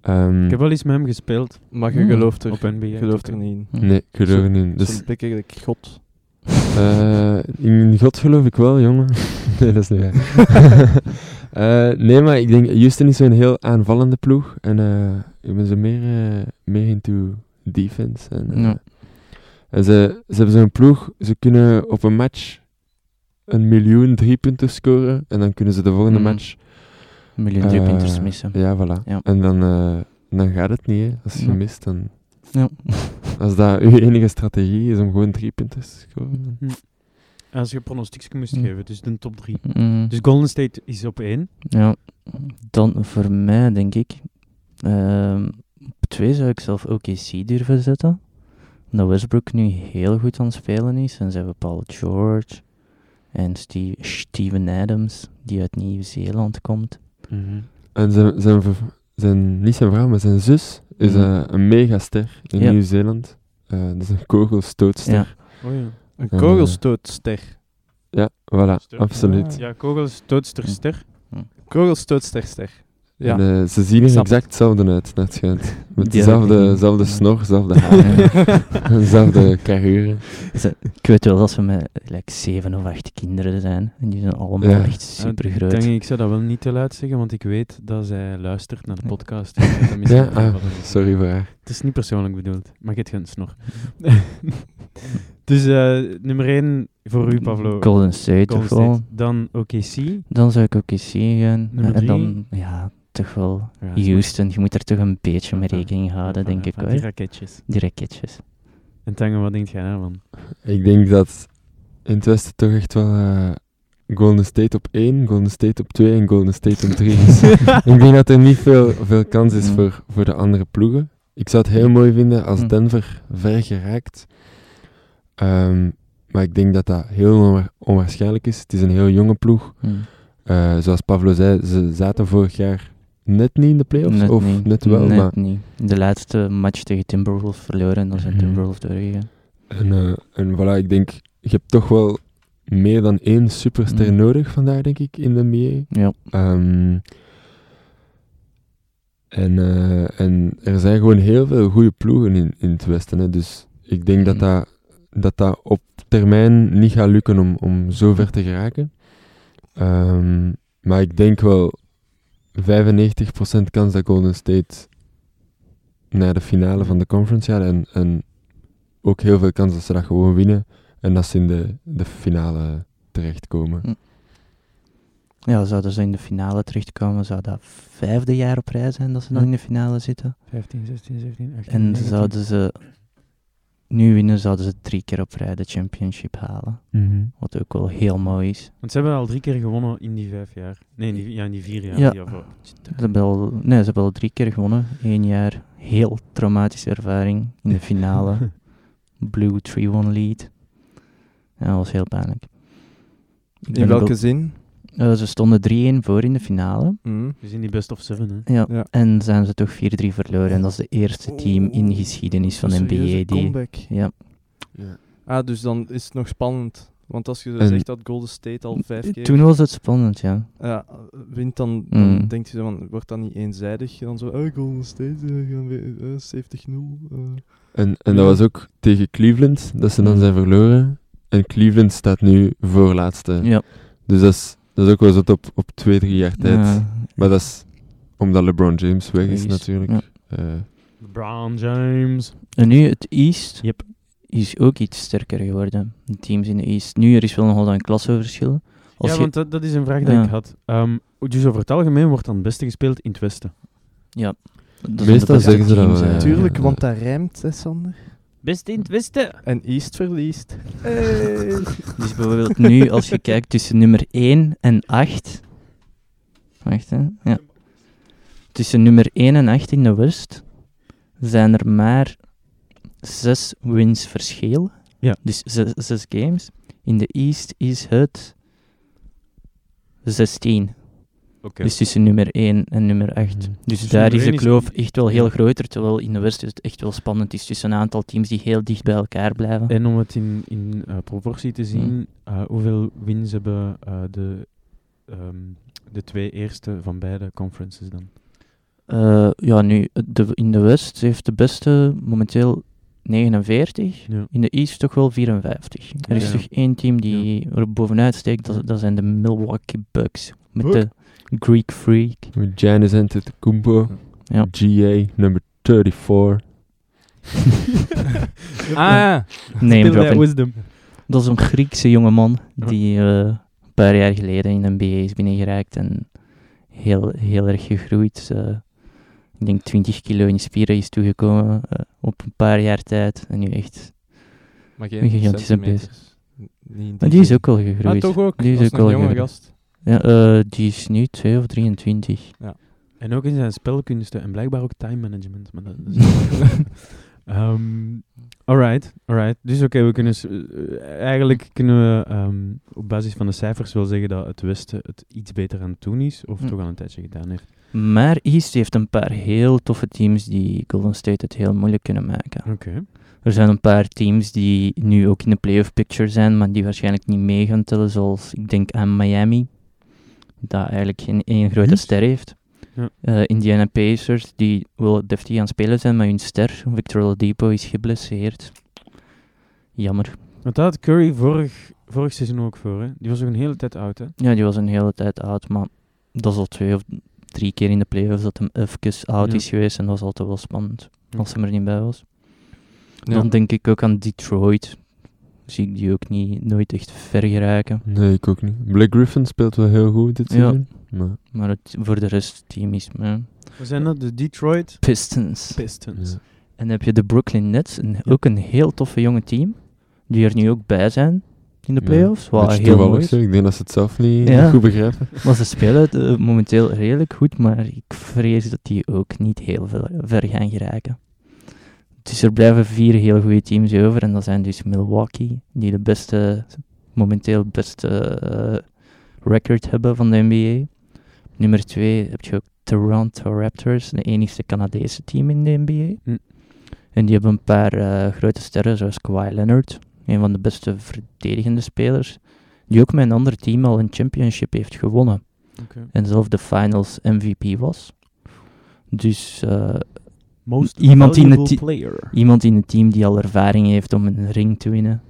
Speaker 2: Ehm,
Speaker 4: Ik heb wel eens met hem gespeeld
Speaker 3: Maar je
Speaker 1: Hmm.
Speaker 3: gelooft er,
Speaker 4: op NBA.
Speaker 3: je gelooft er niet in.
Speaker 1: Mhm.
Speaker 2: Nee, ik geloof er niet in. Dus
Speaker 3: Zo'n blik eigenlijk god.
Speaker 2: Eh, in God geloof ik wel, jongen. [LAUGHS] nee, dat is niet waar.
Speaker 1: [LAUGHS]
Speaker 2: Eh, nee, maar ik denk, Houston is zo'n heel aanvallende ploeg. En eh ik ben zo meer, eh, meer into defense. En, eh,
Speaker 1: Ja.
Speaker 2: en ze, ze hebben zo'n ploeg, ze kunnen op een match een miljoen driepunten scoren. En dan kunnen ze de volgende
Speaker 1: Mhm.
Speaker 2: match...
Speaker 1: Een miljoen driepunters
Speaker 2: eh,
Speaker 1: missen.
Speaker 2: Ja, voilà.
Speaker 1: Ja.
Speaker 2: En dan, eh, dan gaat het niet, hè. Als je
Speaker 1: Ja.
Speaker 2: mist, dan...
Speaker 1: Ja. [LAUGHS]
Speaker 2: Als dat uw enige strategie is om gewoon driepunten te scoren... dan-
Speaker 4: Als je pronostieks moest
Speaker 1: Hmm.
Speaker 4: geven, dus de top 3.
Speaker 1: Mhm.
Speaker 4: Dus Golden State is op 1.
Speaker 1: Ja, dan voor mij denk ik. ehm, op twee zou ik zelf OKC durven zetten. Omdat Westbrook nu heel goed aan het spelen is. En ze hebben Paul George en Steve, Steven Adams, die uit Nieuw-Zeeland komt. Mhm.
Speaker 2: En zijn, zijn, v- zijn, niet zijn vrouw, maar zijn zus is
Speaker 1: Mhm.
Speaker 2: eh, een megaster in
Speaker 1: Ja.
Speaker 2: Nieuw-Zeeland. Eh, dat is een kogelstootster.
Speaker 1: Ja.
Speaker 2: Ja,
Speaker 4: Oh ja.
Speaker 3: Een
Speaker 2: Eh.
Speaker 3: kogelstootster.
Speaker 2: voilà,
Speaker 4: Stoot.
Speaker 2: absoluut.
Speaker 4: Ja, kogels, doodster,
Speaker 1: Ja. [LAUGHS]
Speaker 4: ster.
Speaker 3: Kogelstootsterster. Ja.
Speaker 2: En, eh, ze zien er
Speaker 3: Snap.
Speaker 2: exact hetzelfde uit, naar
Speaker 1: [LAUGHS]
Speaker 2: het schijnt. Met
Speaker 1: Die
Speaker 2: dezelfde
Speaker 1: hebben- [LAUGHS]
Speaker 2: dezelfde
Speaker 1: ja.
Speaker 2: snor, dezelfde haar, [LAUGHS]
Speaker 1: [LAUGHS]
Speaker 2: dezelfde carrure.
Speaker 1: Ik weet wel dat ze met like, zeven of acht kinderen zijn. En die zijn allemaal
Speaker 2: Ja.
Speaker 1: echt super groot.
Speaker 4: Denk ik, ik zou dat wel niet te luid zeggen, want ik weet dat zij luistert naar de podcast. Ik weet dat misschien
Speaker 2: Ja,
Speaker 4: wel
Speaker 2: ah,
Speaker 4: wat er-
Speaker 2: sorry voor haar.
Speaker 4: Het is niet persoonlijk bedoeld, maar ik heb geen
Speaker 1: [LAUGHS]
Speaker 4: snor. dus eh, nummer 1 voor u, Pablo.
Speaker 1: Golden State toch
Speaker 4: Golden
Speaker 1: wel.
Speaker 4: State. Dan OKC.
Speaker 1: Dan zou ik OKC gaan. en
Speaker 4: Nummer drie.
Speaker 1: dan, ja, toch wel Houston. Je moet er toch een beetje mee rekening houden, denk ik
Speaker 4: Die
Speaker 1: hoor.
Speaker 4: raketjes.
Speaker 1: Die raketjes.
Speaker 4: En Tango, wat denk jij daarvan?
Speaker 2: Ik denk dat in het Westen toch echt wel eh, Golden State op 1, Golden State op 2 en Golden State op 3
Speaker 1: [LAUGHS]
Speaker 2: is. Ik denk dat er niet veel, veel kans is
Speaker 1: Mm.
Speaker 2: voor, voor de andere ploegen. Ik zou het heel mooi vinden als
Speaker 1: Mm.
Speaker 2: Denver ver geraakt. Ehm, maar ik denk dat dat heel onwa- onwaarschijnlijk is. Het is een heel jonge ploeg.
Speaker 1: Hmm.
Speaker 2: Eh, zoals Pablo zei, ze zaten vorig jaar net niet in de playoffs.
Speaker 1: Net
Speaker 2: of
Speaker 1: niet.
Speaker 2: net wel.
Speaker 1: Net
Speaker 2: maar,
Speaker 1: niet. De laatste match tegen Timberwolves verloren en dan zijn
Speaker 2: Mhm.
Speaker 1: Timberwolves doorgegaan.
Speaker 2: en, eh, en voilà, ik denk, je hebt toch wel meer dan één superster
Speaker 1: Mm.
Speaker 2: nodig vandaag, denk ik, in de NBA.
Speaker 1: Ja.
Speaker 2: Ehm, en, eh, en er zijn gewoon heel veel goede ploegen in, in het Westen. Hè. Dus ik denk dat
Speaker 1: Mhm.
Speaker 2: dat, dat dat op termijn niet gaat lukken om, om zo ver te geraken. Ehm, maar ik denk wel 95% kans dat Golden State naar de finale van de conference gaat. En, en ook heel veel kans dat ze dat gewoon winnen. En dat ze in de, de finale terechtkomen.
Speaker 1: Ja, zouden ze in de finale terechtkomen, zou dat vijfde jaar op rij zijn dat ze dan
Speaker 4: Ja.
Speaker 1: in de finale zitten.
Speaker 4: 15, 16, 17, 18.
Speaker 1: En
Speaker 4: 19.
Speaker 1: zouden ze nu winnen, zouden ze drie keer op rij de championship halen. Wat ook wel heel mooi is.
Speaker 4: Want ze hebben al drie keer gewonnen in die vijf jaar. Nee, in die, ja, in die vier jaar.
Speaker 1: Ja.
Speaker 4: die daarvoor.
Speaker 1: Ze hebben al, nee, ze hebben al drie keer gewonnen. Eén jaar heel traumatische ervaring in de finale.
Speaker 3: [LAUGHS]
Speaker 1: Blue 3-1 lead. Ja, dat was heel pijnlijk. Ik
Speaker 3: In
Speaker 1: ben
Speaker 3: welke
Speaker 1: ook-
Speaker 3: zin?
Speaker 1: Eh, ze stonden 3-1 voor in de finale.
Speaker 3: Mhm.
Speaker 4: Dus in die best of seven, hè.
Speaker 1: Ja.
Speaker 3: Ja.
Speaker 1: En zijn ze toch 4-3 verloren. En dat is de eerste team in
Speaker 3: Oeh.
Speaker 1: geschiedenis van
Speaker 3: Een
Speaker 1: NBA
Speaker 3: serieuze
Speaker 1: die...
Speaker 3: comeback.
Speaker 1: Ja,
Speaker 3: Ah, dus dan is het nog spannend. Want als je
Speaker 2: En-
Speaker 3: zegt dat Golden State al vijf keer
Speaker 1: Eh, toen was het spannend, ja.
Speaker 3: ja, wint, dan, dan
Speaker 1: Mm.
Speaker 3: denkt je zo van, wordt dat niet eenzijdig? Dan zo, oh, Golden State, eh, gaan we eh, 70-0. eh.
Speaker 2: En, en dat was ook tegen Cleveland, dat
Speaker 1: Mm.
Speaker 2: ze dan zijn verloren. En Cleveland staat nu voorlaatste.
Speaker 1: Ja.
Speaker 2: Dus dat is, dat is ook wel zot op, op twee, drie jaar tijd.
Speaker 1: Ja.
Speaker 2: Maar dat is omdat LeBron James weg is
Speaker 1: Is,
Speaker 2: natuurlijk.
Speaker 1: ja.
Speaker 2: Eh,
Speaker 4: LeBron James.
Speaker 1: En nu het East
Speaker 4: Yep.
Speaker 1: is ook iets sterker geworden. De teams in de East. Nu er is wel nogal een klasseverschil. Als
Speaker 4: ja,
Speaker 1: je-
Speaker 4: want dat, dat is een vraag die
Speaker 1: Ja.
Speaker 4: ik had. Ehm, dus over het algemeen wordt dan het beste gespeeld in het Westen.
Speaker 1: dat zijn
Speaker 2: meestal
Speaker 1: de beste
Speaker 2: zeggen ze dat
Speaker 1: teams,
Speaker 2: wel,
Speaker 1: hè.
Speaker 2: ja.
Speaker 3: Tuurlijk,
Speaker 2: ja.
Speaker 3: want dat rijmt, hè, Sander.
Speaker 4: Best in het Westen.
Speaker 3: En East verliest. Eh.
Speaker 1: Dus bijvoorbeeld nu, als je kijkt tussen nummer 1 en 8. Wacht, hè. Ja. Tussen nummer 1 en 8 in de West zijn er maar 6 wins verschil.
Speaker 4: Ja.
Speaker 1: Dus 6 games. In de East is het 16.
Speaker 4: Oké.
Speaker 1: Dus tussen nummer 1 en nummer 8.
Speaker 2: Mhm.
Speaker 1: Dus
Speaker 4: Dus
Speaker 1: daar
Speaker 4: nummer
Speaker 1: is de
Speaker 4: één is-
Speaker 1: kloof echt wel heel
Speaker 4: Ja.
Speaker 1: groter, terwijl in de Westen het echt wel spannend is tussen een aantal teams die heel dicht bij elkaar blijven.
Speaker 4: En om het in, in eh, proportie te zien, eh, hoeveel wins hebben eh, de, ehm, de twee eerste van beide conferences dan?
Speaker 1: Eh, ja, nu, de, in de West heeft de beste momenteel 49.
Speaker 4: Ja.
Speaker 1: In de East toch wel 54. Er is
Speaker 4: Ja.
Speaker 1: toch één team die er bovenuit steekt, dat, dat zijn de Milwaukee Bucks. Met de Greek
Speaker 4: [LAUGHS]
Speaker 1: Freak.
Speaker 2: Met Giannis Antetokounmpo,
Speaker 1: Ja.
Speaker 2: GA, number 34.
Speaker 3: Ah,
Speaker 1: Name dropping.
Speaker 4: wisdom.
Speaker 1: Dat is een Griekse jongeman
Speaker 4: Ja.
Speaker 1: die eh, een paar jaar geleden in de NBA is binnengeraakt en heel, heel erg gegroeid. Eh, ik denk 20 kilo in spieren is toegekomen eh, op een paar jaar tijd. En nu echt.
Speaker 3: maar
Speaker 1: Een
Speaker 3: geen
Speaker 1: gigantische
Speaker 3: centimeters. N- niet in
Speaker 1: Maar die is
Speaker 3: zin.
Speaker 1: ook wel
Speaker 3: Ah,
Speaker 1: gegroeid.
Speaker 3: toch ook?
Speaker 1: Die is
Speaker 3: Dat
Speaker 1: ook
Speaker 3: een
Speaker 1: wel
Speaker 3: jonge
Speaker 1: gegroeid.
Speaker 3: gast.
Speaker 1: Ja, eh, die is nu 2 of 23.
Speaker 4: En ook in zijn spelkunsten en blijkbaar ook time management. Maar dat, dat is-
Speaker 1: [LAUGHS]
Speaker 4: Ehm, alright, alright. Dus oké, we kunnen s- eh, eigenlijk kunnen we ehm, op basis van de cijfers wel zeggen dat het Westen het iets beter aan het doen is, of
Speaker 1: Hm.
Speaker 4: toch al een tijdje gedaan heeft.
Speaker 1: Maar East heeft een paar heel toffe teams die Golden State het heel moeilijk kunnen maken.
Speaker 4: Oké.
Speaker 1: Er zijn een paar teams die nu ook in de playoff picture zijn, maar die waarschijnlijk niet mee gaan tellen, zoals ik denk aan Miami, dat eigenlijk geen één grote
Speaker 4: Heat?
Speaker 1: ster heeft.
Speaker 4: Ja.
Speaker 1: Eh, Indiana Pacers, die wel deftig aan het spelen zijn, maar hun ster, Victor Oladipo, is geblesseerd. Jammer.
Speaker 4: Want daar had Curry vorig, vorig seizoen ook voor, hè? Die was ook een hele tijd oud, hè?
Speaker 1: Ja, die was een hele tijd oud, maar dat is al twee of drie keer in de playoffs dat hem even oud
Speaker 4: Ja.
Speaker 1: is geweest en dat was altijd wel spannend, als hem er niet bij was.
Speaker 3: Ja.
Speaker 1: Dan denk ik ook aan Detroit. Zie ik die ook niet, nooit echt ver geraken.
Speaker 2: Nee, ik ook niet. Blake Griffin speelt wel heel goed dit
Speaker 1: Ja.
Speaker 2: seizoen. Maar,
Speaker 1: Maar het, voor de rest, het team is me.
Speaker 4: We zijn dat de Detroit
Speaker 1: Pistons.
Speaker 4: Pistons.
Speaker 2: ja.
Speaker 1: En dan heb je de Brooklyn Nets, een, ook een heel toffe jonge team. Die er nu ook bij zijn in de
Speaker 2: Ja.
Speaker 1: playoffs. Wat
Speaker 2: Dat is
Speaker 1: heel mooi
Speaker 2: toevallig
Speaker 1: is.
Speaker 2: zo. Ik denk dat ze het zelf niet
Speaker 1: Ja.
Speaker 2: goed begrijpen.
Speaker 1: Maar ze spelen het eh, momenteel redelijk goed, maar ik vrees dat die ook niet heel veel ver gaan geraken. Dus er blijven vier heel goede teams over en dat zijn dus Milwaukee, die de beste, momenteel beste eh, record hebben van de NBA. Nummer twee heb je ook Toronto Raptors, de enige Canadese team in de NBA.
Speaker 4: Hm.
Speaker 1: En die hebben een paar eh, grote sterren, zoals Kawhi Leonard, een van de beste verdedigende spelers die ook met een ander team al een championship heeft gewonnen.
Speaker 4: Oké.
Speaker 1: En zelf de finals MVP was. Dus eh,
Speaker 4: Most
Speaker 1: Iemand die in het
Speaker 4: valuable
Speaker 1: ti-
Speaker 4: player.
Speaker 1: iemand in het team die al ervaring heeft om een ring te winnen,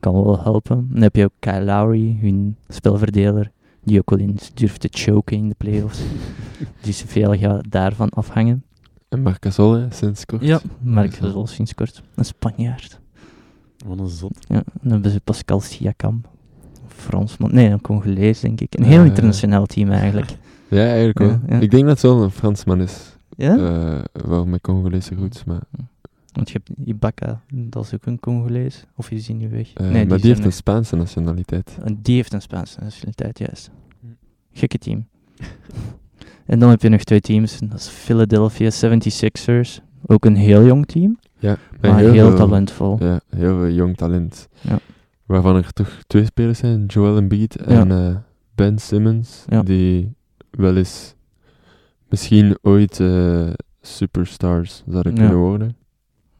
Speaker 1: kan wel helpen. Dan heb je ook Kyle Lowry, hun spelverdeler, die ook wel eens durft te choken in de
Speaker 4: [LAUGHS]
Speaker 1: playoffs. dus veel gaat daarvan afhangen.
Speaker 2: En Marc Gasol, hè, sinds kort.
Speaker 1: Ja, Marc
Speaker 2: Gasol.
Speaker 1: Gasol sinds kort. Een Spanjaard.
Speaker 4: Wat een zot.
Speaker 1: Ja, dan hebben ze Pascal Siakam. Een Fransman. Nee, een Congolees, denk ik. Een heel
Speaker 2: Eh.
Speaker 1: internationaal team eigenlijk.
Speaker 2: Ja, eigenlijk wel.
Speaker 1: Ja, ja.
Speaker 2: Ik denk dat het wel een Fransman is.
Speaker 1: Ja?
Speaker 2: Eh, wel met Congolese roots, maar...
Speaker 1: Want je hebt Ibaka, dat is ook een Congolees. Of is die nu weg?
Speaker 2: eh,
Speaker 1: nee,
Speaker 2: maar die,
Speaker 1: zijn
Speaker 2: heeft een Spaanse nationaliteit.
Speaker 1: En Die heeft een Spaanse nationaliteit, juist.
Speaker 4: Hm.
Speaker 1: Gekke team. [LAUGHS] en dan heb je nog twee teams. en Dat is Philadelphia 76ers. Ook een heel jong team,
Speaker 2: Ja, met
Speaker 1: maar heel,
Speaker 2: veel-
Speaker 1: talentvol.
Speaker 2: Ja, heel veel jong talent.
Speaker 1: Ja.
Speaker 2: Waarvan er toch twee spelers zijn, Joel Embiid en eh, Ben Simmons,
Speaker 1: Ja.
Speaker 2: die wel eens misschien ooit eh, superstars zouden
Speaker 1: Ja.
Speaker 2: kunnen worden.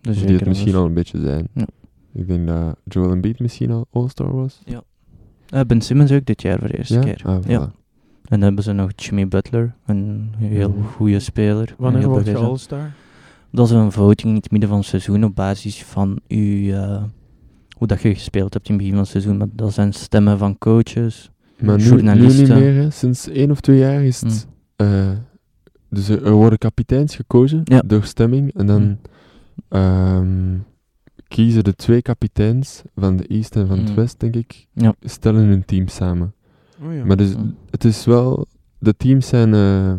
Speaker 1: Dus
Speaker 2: Of die
Speaker 1: zeker
Speaker 2: het misschien
Speaker 1: wel.
Speaker 2: al een beetje zijn.
Speaker 1: Ja.
Speaker 2: Ik denk dat Joel Embiid misschien al All-Star was.
Speaker 1: Eh, ben Simmons ook dit jaar voor de eerste
Speaker 2: ja?
Speaker 1: keer.
Speaker 2: Ah,
Speaker 1: Ja.
Speaker 2: voilà.
Speaker 1: En dan hebben ze nog Jimmy Butler, een heel
Speaker 2: Mhm.
Speaker 1: goede speler.
Speaker 4: Wanneer
Speaker 1: heel
Speaker 4: wordt je
Speaker 1: bewezen.
Speaker 4: All-Star?
Speaker 1: Dat is een voting in het midden van het seizoen op basis van uw, eh, hoe dat je gespeeld hebt in het begin van het seizoen. Maar dat zijn stemmen van coaches.
Speaker 2: Maar nu- nu, niet
Speaker 1: Journalisten.
Speaker 2: meer, hè. sinds één of twee jaar is
Speaker 1: Mm.
Speaker 2: het... eh, dus er, er worden kapiteins gekozen
Speaker 1: Ja.
Speaker 2: door stemming. En dan
Speaker 1: Mm.
Speaker 2: ehm, kiezen de twee kapiteins van de East en van het
Speaker 1: Mm.
Speaker 2: West, denk ik,
Speaker 1: Ja.
Speaker 2: stellen hun team samen.
Speaker 4: Oh ja.
Speaker 2: Maar dus,
Speaker 1: Mm.
Speaker 2: het is wel... De teams zijn eh,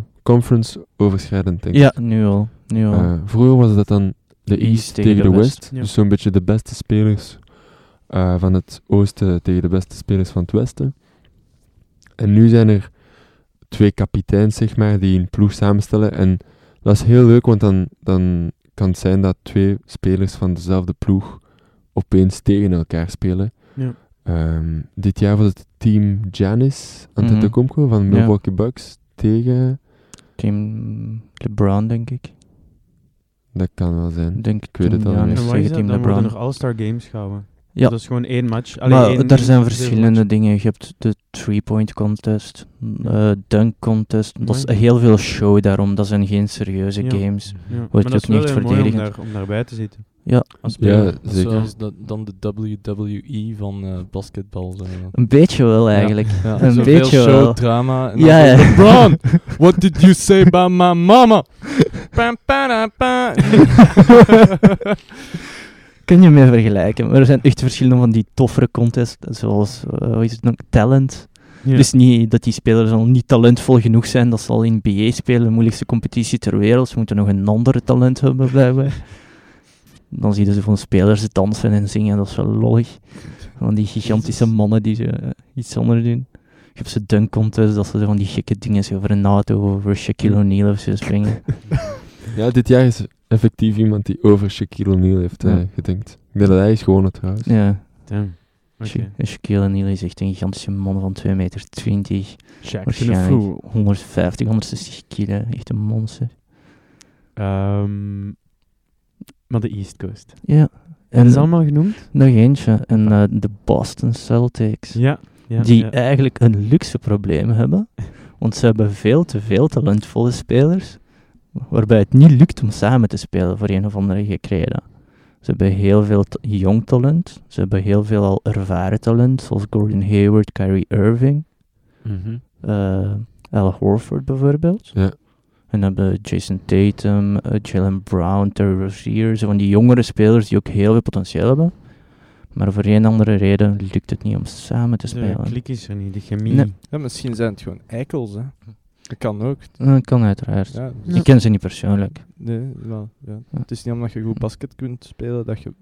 Speaker 2: conference-overschrijdend, denk ik.
Speaker 1: Ja, nu al. Nu al.
Speaker 2: Eh, vroeger was dat dan de East, tegen, de West.
Speaker 4: ja.
Speaker 2: Dus zo'n beetje de beste spelers eh, van het Oosten tegen de beste spelers van het Westen. En nu zijn er twee kapiteins, zeg maar, die een ploeg samenstellen. En dat is heel leuk, want dan, dan kan het zijn dat twee spelers van dezelfde ploeg opeens tegen elkaar spelen.
Speaker 4: Ja.
Speaker 2: Ehm, dit jaar was het team Giannis Antetokounmpo van
Speaker 1: Ja.
Speaker 2: Milwaukee Bucks tegen...
Speaker 1: Team LeBron, denk ik.
Speaker 2: Dat kan wel zijn.
Speaker 1: Denk
Speaker 2: weet
Speaker 1: team
Speaker 2: het al niet
Speaker 1: Giannis
Speaker 4: En wat
Speaker 2: meer.
Speaker 1: tegen
Speaker 4: is dat?
Speaker 1: Team
Speaker 4: Dan
Speaker 1: LeBron.
Speaker 4: worden nog All-Star games gehouden.
Speaker 1: Ja.
Speaker 4: Dat is gewoon één match. Allee,
Speaker 1: Maar
Speaker 4: één- dus
Speaker 1: er zijn
Speaker 4: één-
Speaker 1: verschillende dingen. Je hebt de three-point contest, eh dunk contest. Dat is
Speaker 4: Amai.
Speaker 1: heel veel show daarom. Dat zijn geen serieuze
Speaker 4: Ja.
Speaker 1: games.
Speaker 4: Ja. Maar
Speaker 1: Wordt
Speaker 4: dat
Speaker 1: je
Speaker 4: is
Speaker 1: ook
Speaker 4: wel
Speaker 1: niet
Speaker 4: heel mooi
Speaker 1: verdedigend.
Speaker 4: Om, daar, om daarbij te zitten.
Speaker 6: Als
Speaker 2: Ja,
Speaker 6: speler. Dat is
Speaker 2: zeker.
Speaker 6: Zoals dat, dan de WWE van eh, basketbal. Zijn, dan.
Speaker 1: Een beetje wel eigenlijk.
Speaker 6: Ja,
Speaker 1: Een
Speaker 6: zoveel
Speaker 1: beetje
Speaker 6: show,
Speaker 1: wel.
Speaker 6: drama. En
Speaker 1: Ja,
Speaker 6: dan zo,
Speaker 1: [LAUGHS] ja.
Speaker 6: LeBron, what did you say about my mama? Pam, pa, pa.
Speaker 1: [LAUGHS] Kun je mee vergelijken. Maar er zijn echt verschillende van die toffere contests. Zoals, eh, hoe is het nog, talent.
Speaker 4: Ja.
Speaker 1: Dus niet dat die spelers al niet talentvol genoeg zijn. Dat ze al in BA spelen, de moeilijkste competitie ter wereld. Ze moeten nog een ander talent hebben, blijkbaar. Dan zie je ze van spelers dansen en zingen. Dat is wel lollig. Van die gigantische mannen die ze eh, iets anders doen. Je hebt ze dunk contests, dat ze zo van die gekke dingen zo over een auto of over Shaquille O'Neal of zo springen.
Speaker 2: Ja, dit jaar is effectief iemand die over Shaquille O'Neal heeft eh,
Speaker 1: Ja.
Speaker 2: gedenkt. Ik denk dat hij is gewonnen trouwens.
Speaker 1: Ja,
Speaker 4: Damn.
Speaker 1: Sha-
Speaker 4: Oké.
Speaker 1: Shaquille O'Neal is echt een gigantische man van 2,20 meter. Waarschijnlijk 150, 160 kilo. Echt een monster.
Speaker 4: Ehm, maar de East Coast.
Speaker 1: Ja.
Speaker 4: En is
Speaker 1: dan
Speaker 4: allemaal genoemd?
Speaker 1: Nog eentje, en eh, de Boston Celtics.
Speaker 4: Ja. ja
Speaker 1: die
Speaker 4: ja.
Speaker 1: eigenlijk een luxe probleem hebben.
Speaker 4: [LAUGHS]
Speaker 1: Want ze hebben veel te veel talentvolle spelers. Waarbij het niet lukt om samen te spelen voor een of andere gekke reden. Ze hebben heel veel ta- jong talent. Ze hebben heel veel al ervaren talent. Zoals Gordon Hayward, Kyrie Irving,
Speaker 2: Mhm.
Speaker 1: eh Al Horford bijvoorbeeld.
Speaker 2: Ja.
Speaker 1: En dan hebben Jason Tatum, eh, Jalen Brown, Terry Rozier. Zo van die jongere spelers die ook heel veel potentieel hebben. Maar voor een andere reden lukt het niet om samen te
Speaker 4: De
Speaker 1: spelen.
Speaker 4: klik is er niet, de chemie.
Speaker 1: Nee.
Speaker 6: Ja, misschien zijn het gewoon eikels, hè. Dat kan ook.
Speaker 1: Dat kan uiteraard.
Speaker 6: Ja, dus-
Speaker 1: Ik ken ze niet persoonlijk.
Speaker 3: Nee, maar, ja.
Speaker 1: Ja.
Speaker 3: het is niet omdat je goed basket kunt spelen dat je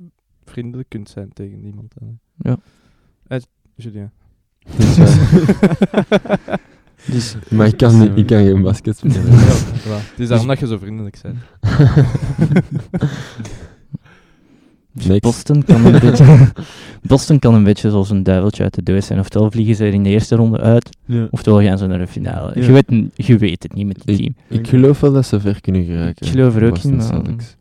Speaker 3: vriendelijk kunt zijn tegen iemand. Hè.
Speaker 1: Ja.
Speaker 3: Eh, Julien.
Speaker 2: [LAUGHS] Dus ja,
Speaker 1: [LAUGHS] Dus
Speaker 2: maar ik kan, niet- ik kan geen
Speaker 1: [LAUGHS]
Speaker 2: basket spelen.
Speaker 3: Ja, voilà. Het is daarom dat je zo vriendelijk bent.
Speaker 2: Niks.
Speaker 1: Dus Boston kan, een beetje, Boston kan een beetje zoals een duiveltje uit de doos zijn. Oftewel vliegen ze er in de eerste ronde uit,
Speaker 4: Ja.
Speaker 1: oftewel gaan ze naar de finale.
Speaker 4: Ja.
Speaker 1: Je, weet, n- je weet het niet met het team.
Speaker 2: ik geloof wel dat ze ver kunnen geraken.
Speaker 1: Ik geloof er ook
Speaker 2: Boston
Speaker 1: in, maar-
Speaker 2: Celtics.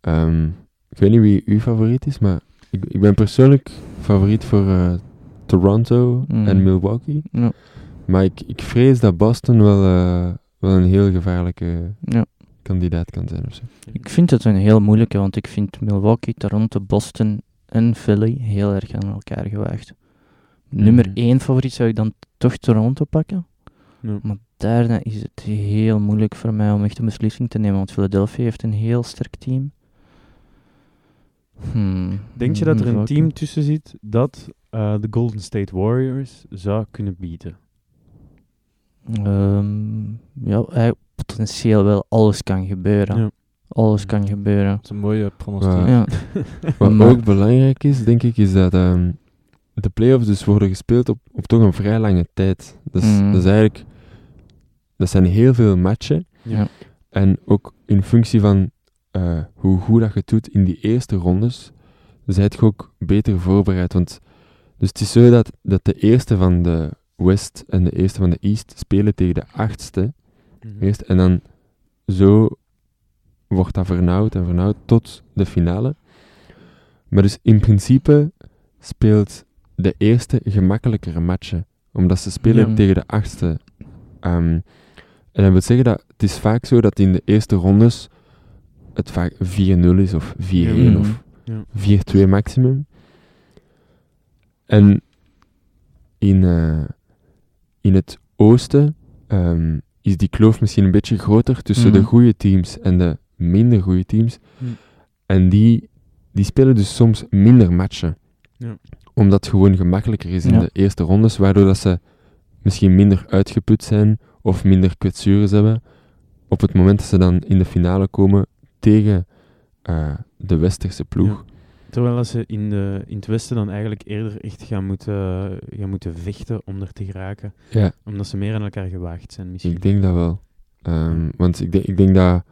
Speaker 2: Ehm, ik weet niet wie uw favoriet is, maar ik, ik ben persoonlijk favoriet voor eh, Toronto
Speaker 1: Mm.
Speaker 2: en Milwaukee.
Speaker 1: Ja.
Speaker 2: Maar ik, ik vrees dat Boston wel, eh, wel een heel gevaarlijke
Speaker 1: Ja.
Speaker 2: kandidaat kan zijn. Of zo.
Speaker 1: Ik vind het een heel moeilijke, want ik vind Milwaukee, Toronto, Boston en Philly heel erg aan elkaar gewaagd. Nummer
Speaker 2: Mhm.
Speaker 1: 1 favoriet zou ik dan toch Toronto pakken.
Speaker 4: Ja.
Speaker 1: Maar daarna is het heel moeilijk voor mij om echt een beslissing te nemen, want Philadelphia heeft een heel sterk team. Hmm,
Speaker 4: Denk je dat er een
Speaker 1: welke?
Speaker 4: team tussen zit dat eh, de Golden State Warriors zou kunnen bieden?
Speaker 1: Ehm, ja, hij- potentieel wel alles kan gebeuren.
Speaker 4: Ja.
Speaker 1: Alles kan gebeuren.
Speaker 6: Dat is een mooie pronostiek.
Speaker 2: Ja.
Speaker 1: Ja.
Speaker 4: [LAUGHS]
Speaker 2: Wat
Speaker 1: Maar-
Speaker 2: ook belangrijk is, denk ik, is dat ehm, de playoffs dus worden gespeeld op, op toch een vrij lange tijd. Dus
Speaker 1: Mhm.
Speaker 2: dat is eigenlijk... Dat zijn heel veel matchen.
Speaker 1: Ja.
Speaker 2: En ook in functie van eh, hoe goed dat je het doet in die eerste rondes, zijt je ook beter voorbereid. Want dus het is zo dat, dat de eerste van de West en de eerste van de East spelen tegen de
Speaker 4: Mhm.
Speaker 2: achtste eerst. En dan zo wordt dat vernauwd en vernauwd tot de finale. Maar dus in principe speelt de eerste gemakkelijkere matchen. Omdat ze spelen
Speaker 1: Ja.
Speaker 2: tegen de achtste. Ehm, en dat wil zeggen dat het is vaak zo dat in de eerste rondes het vaak 4-0 is of 4-1
Speaker 4: Ja.
Speaker 1: Mhm.
Speaker 2: of
Speaker 4: Ja.
Speaker 2: 4-2 maximum. En in, eh, in het oosten ehm, is die kloof misschien een beetje groter tussen
Speaker 1: Mhm.
Speaker 2: de goede teams en de minder goede teams.
Speaker 4: Mhm.
Speaker 2: En die, die spelen dus soms minder matchen.
Speaker 4: Ja.
Speaker 2: Omdat het gewoon gemakkelijker is in
Speaker 1: Ja.
Speaker 2: de eerste rondes, waardoor dat ze misschien minder uitgeput zijn of minder kwetsures hebben. Op het moment dat ze dan in de finale komen tegen eh, de westerse ploeg.
Speaker 4: Terwijl dat ze in, de, in het Westen dan eigenlijk eerder echt gaan moeten, gaan moeten vechten om er te geraken.
Speaker 2: Ja,
Speaker 4: Omdat ze meer aan elkaar gewaagd zijn misschien.
Speaker 2: Dus ik denk dat wel. Ehm, want ik, denk- ik denk dat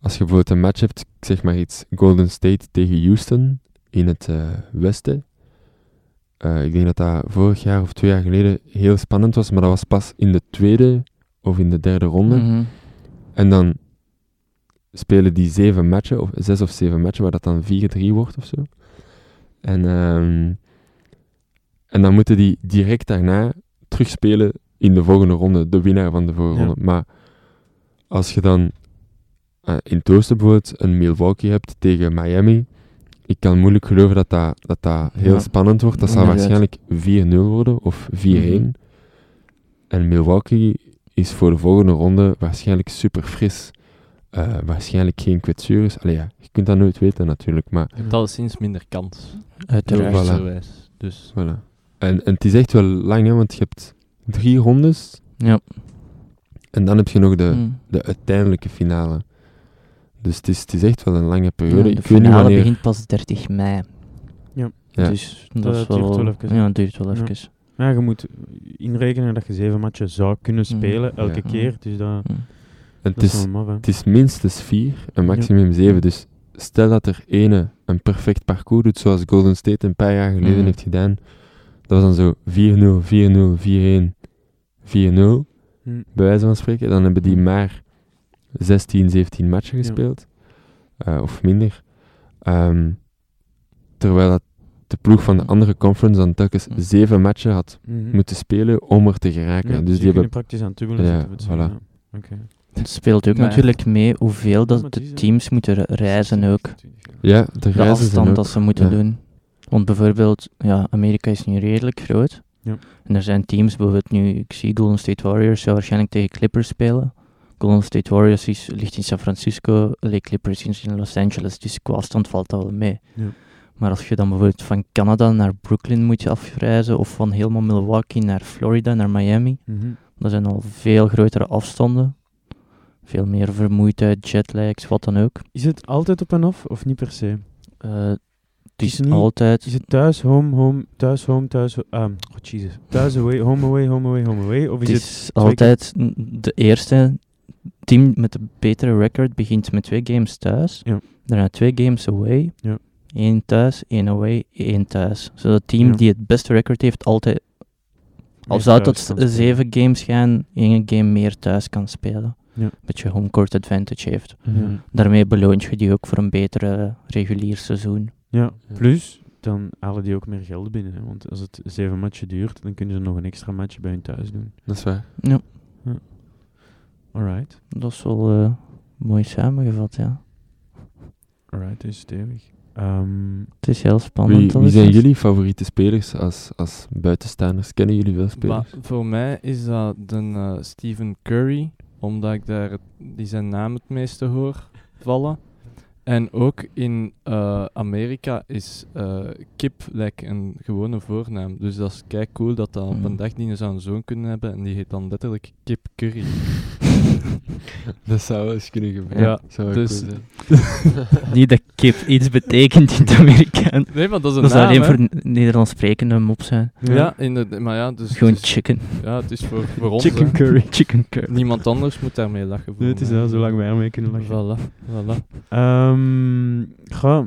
Speaker 2: als je bijvoorbeeld een match hebt, ik zeg maar iets, Golden State tegen Houston in het eh, westen. Eh, ik denk dat dat vorig jaar of twee jaar geleden heel spannend was, maar dat was pas in de tweede of in de derde ronde.
Speaker 1: Mhm.
Speaker 2: En dan spelen die zeven matchen, of zes of zeven matchen, waar dat dan 4-3 wordt of zo. En, ehm, en dan moeten die direct daarna terugspelen in de volgende ronde, de winnaar van de vorige
Speaker 4: Ja.
Speaker 2: ronde. Maar als je dan eh, in het oosten bijvoorbeeld een Milwaukee hebt tegen Miami, ik kan moeilijk geloven dat dat, dat, dat heel
Speaker 1: Ja.
Speaker 2: spannend wordt. Dat zal
Speaker 1: Inderdaad.
Speaker 2: waarschijnlijk 4-0 worden of 4-1.
Speaker 1: Mhm.
Speaker 2: En Milwaukee is voor de volgende ronde waarschijnlijk super fris. Eh, waarschijnlijk geen kwetsures. Allee ja, je kunt dat nooit weten natuurlijk, maar
Speaker 6: Je hebt alleszins minder kans.
Speaker 1: Uiteraard.
Speaker 2: voilà.
Speaker 6: Rechtsgewijs. Dus
Speaker 2: voilà. En, en het is echt wel lang, hè, want je hebt drie rondes
Speaker 1: Ja.
Speaker 2: en dan heb je nog de,
Speaker 1: Mm.
Speaker 2: de uiteindelijke finale. Dus het is, het is echt wel een lange
Speaker 1: Ja,
Speaker 2: periode.
Speaker 1: de
Speaker 2: ik weet niet
Speaker 1: finale
Speaker 2: wanneer...
Speaker 1: begint pas 30 mei.
Speaker 4: Ja.
Speaker 2: Ja.
Speaker 1: Dus dat,
Speaker 4: Dat
Speaker 1: is
Speaker 4: duurt
Speaker 1: wel...
Speaker 4: wel even.
Speaker 1: Ja, het duurt wel
Speaker 4: Ja.
Speaker 1: even.
Speaker 4: Maar ja, je moet inrekenen dat je zeven matchen zou kunnen
Speaker 1: Mm.
Speaker 4: spelen elke
Speaker 2: Ja.
Speaker 4: keer. Dus dat,
Speaker 1: Mm.
Speaker 2: En
Speaker 4: dat
Speaker 2: het,
Speaker 4: is
Speaker 2: is,
Speaker 4: wel maf, hè.
Speaker 2: het is minstens vier en maximum zeven. Dus stel dat er ene een perfect parcours doet, zoals Golden State een paar jaar geleden
Speaker 1: Mhm.
Speaker 2: heeft gedaan. Dat was dan zo 4-0, 4-0, 4-1, 4-0.
Speaker 4: Mm.
Speaker 2: bij wijze van spreken, dan hebben
Speaker 1: Mhm.
Speaker 2: die maar 16, 17 matchen
Speaker 4: Ja.
Speaker 2: gespeeld. Eh, of minder. Ehm, terwijl dat de ploeg
Speaker 1: Mhm.
Speaker 2: van de andere conference dan telkens
Speaker 1: Mm.
Speaker 2: zeven matchen had
Speaker 4: Mhm.
Speaker 2: moeten spelen om er te
Speaker 4: Ja,
Speaker 2: geraken.
Speaker 4: dus
Speaker 2: dus
Speaker 4: je
Speaker 2: die
Speaker 4: kunnen
Speaker 2: hebben...
Speaker 4: praktisch aan het dus dubbelen
Speaker 2: Ja,
Speaker 4: zitten. we het zeggen,
Speaker 2: voilà.
Speaker 4: ja. Oké.
Speaker 1: Het speelt ook
Speaker 6: Maar-
Speaker 1: natuurlijk mee hoeveel
Speaker 4: Maar
Speaker 1: dat
Speaker 4: het is,
Speaker 1: de
Speaker 4: hè.
Speaker 1: teams moeten re-
Speaker 4: Dus-
Speaker 1: reizen ook.
Speaker 2: Ja, de
Speaker 1: de
Speaker 2: reizen zijn
Speaker 1: afstand
Speaker 2: ook...
Speaker 1: dat ze moeten
Speaker 2: ja.
Speaker 1: doen. Want bijvoorbeeld, ja, Amerika is nu redelijk groot.
Speaker 4: Ja.
Speaker 1: En er zijn teams, bijvoorbeeld nu, ik zie Golden State Warriors zou waarschijnlijk tegen Clippers spelen. Golden State Warriors is, ligt in San Francisco, LA Clippers is in Los Angeles, dus qua afstand valt dat wel mee.
Speaker 4: Ja.
Speaker 1: Maar als je dan bijvoorbeeld van Canada naar Brooklyn moet afreizen, of van helemaal Milwaukee naar Florida, naar Miami,
Speaker 4: Mhm.
Speaker 1: dat zijn al veel grotere afstanden. Veel meer vermoeidheid, jetlags, wat dan ook.
Speaker 4: Is het altijd op en af of niet per se?
Speaker 1: Eh, het
Speaker 4: is
Speaker 1: is
Speaker 4: niet-
Speaker 1: altijd...
Speaker 4: Is het thuis, home, home, thuis, home, thuis, ehm, oh jezus, thuis, away, home, away, home, away, home, away? Of is
Speaker 1: Het
Speaker 4: het,
Speaker 1: is
Speaker 4: keer-
Speaker 1: altijd n- de eerste team met de betere record begint met twee games thuis.
Speaker 4: Ja.
Speaker 1: Daarna twee games away.
Speaker 4: Ja.
Speaker 1: Eén thuis, één away, één thuis. Zodat het team
Speaker 4: Ja.
Speaker 1: die het beste record heeft altijd, al
Speaker 4: meer
Speaker 1: zou het
Speaker 4: thuis
Speaker 1: tot
Speaker 4: dan
Speaker 1: s-
Speaker 4: spelen?
Speaker 1: zeven games gaan, één game meer thuis kan spelen.
Speaker 4: Ja.
Speaker 1: Beetje home court advantage heeft.
Speaker 4: Mhm.
Speaker 1: Daarmee beloont je die ook voor een betere eh, regulier seizoen.
Speaker 4: Ja,
Speaker 2: Ja.
Speaker 4: plus dan halen die ook meer geld binnen. Hè? Want als het zeven matchen duurt, dan kunnen ze nog een extra match bij hun thuis doen.
Speaker 2: Dat is waar.
Speaker 1: Ja,
Speaker 4: Alright,
Speaker 1: dat is wel eh, mooi samengevat, ja.
Speaker 4: alright, dus stevig. Ehm,
Speaker 1: Het is heel spannend.
Speaker 2: Wie, wie
Speaker 1: alles.
Speaker 2: zijn jullie favoriete spelers als, als buitenstaanders? Kennen jullie wel
Speaker 3: Wa-
Speaker 2: spelers?
Speaker 3: voor mij is dat de eh, Stephen Curry, omdat ik daar het- die zijn naam het meeste hoor vallen. En ook in eh, Amerika is eh, Kip like, een gewone voornaam. Dus dat is kijk cool dat dat op
Speaker 1: Mhm.
Speaker 4: Mm.
Speaker 3: een dag die zou een zoon kunnen hebben en die heet dan letterlijk Kip Curry.
Speaker 2: Dat zou wel eens kunnen gebeuren.
Speaker 4: [LAUGHS]
Speaker 3: Ja,
Speaker 2: Zou wel
Speaker 3: dus-
Speaker 2: cool zijn.
Speaker 1: Niet dat kip iets betekent in het Amerikaan.
Speaker 3: Nee, maar dat is een
Speaker 1: Dat zou
Speaker 3: naam.
Speaker 1: alleen
Speaker 3: hè.
Speaker 1: voor N- Nederlands sprekende mop zijn.
Speaker 3: Ja, inderdaad. Maar ja, dus,
Speaker 1: Gewoon
Speaker 3: dus-
Speaker 1: chicken.
Speaker 3: ja, het is voor, voor ons.
Speaker 4: Chicken
Speaker 3: hè.
Speaker 4: curry.
Speaker 1: Chicken curry. [LAUGHS]
Speaker 3: Niemand anders moet daarmee lachen. voor
Speaker 4: Nee, het is
Speaker 3: mij.
Speaker 4: wel zolang wij ermee kunnen lachen.
Speaker 3: Voilà, voilà.
Speaker 4: Ehm goh.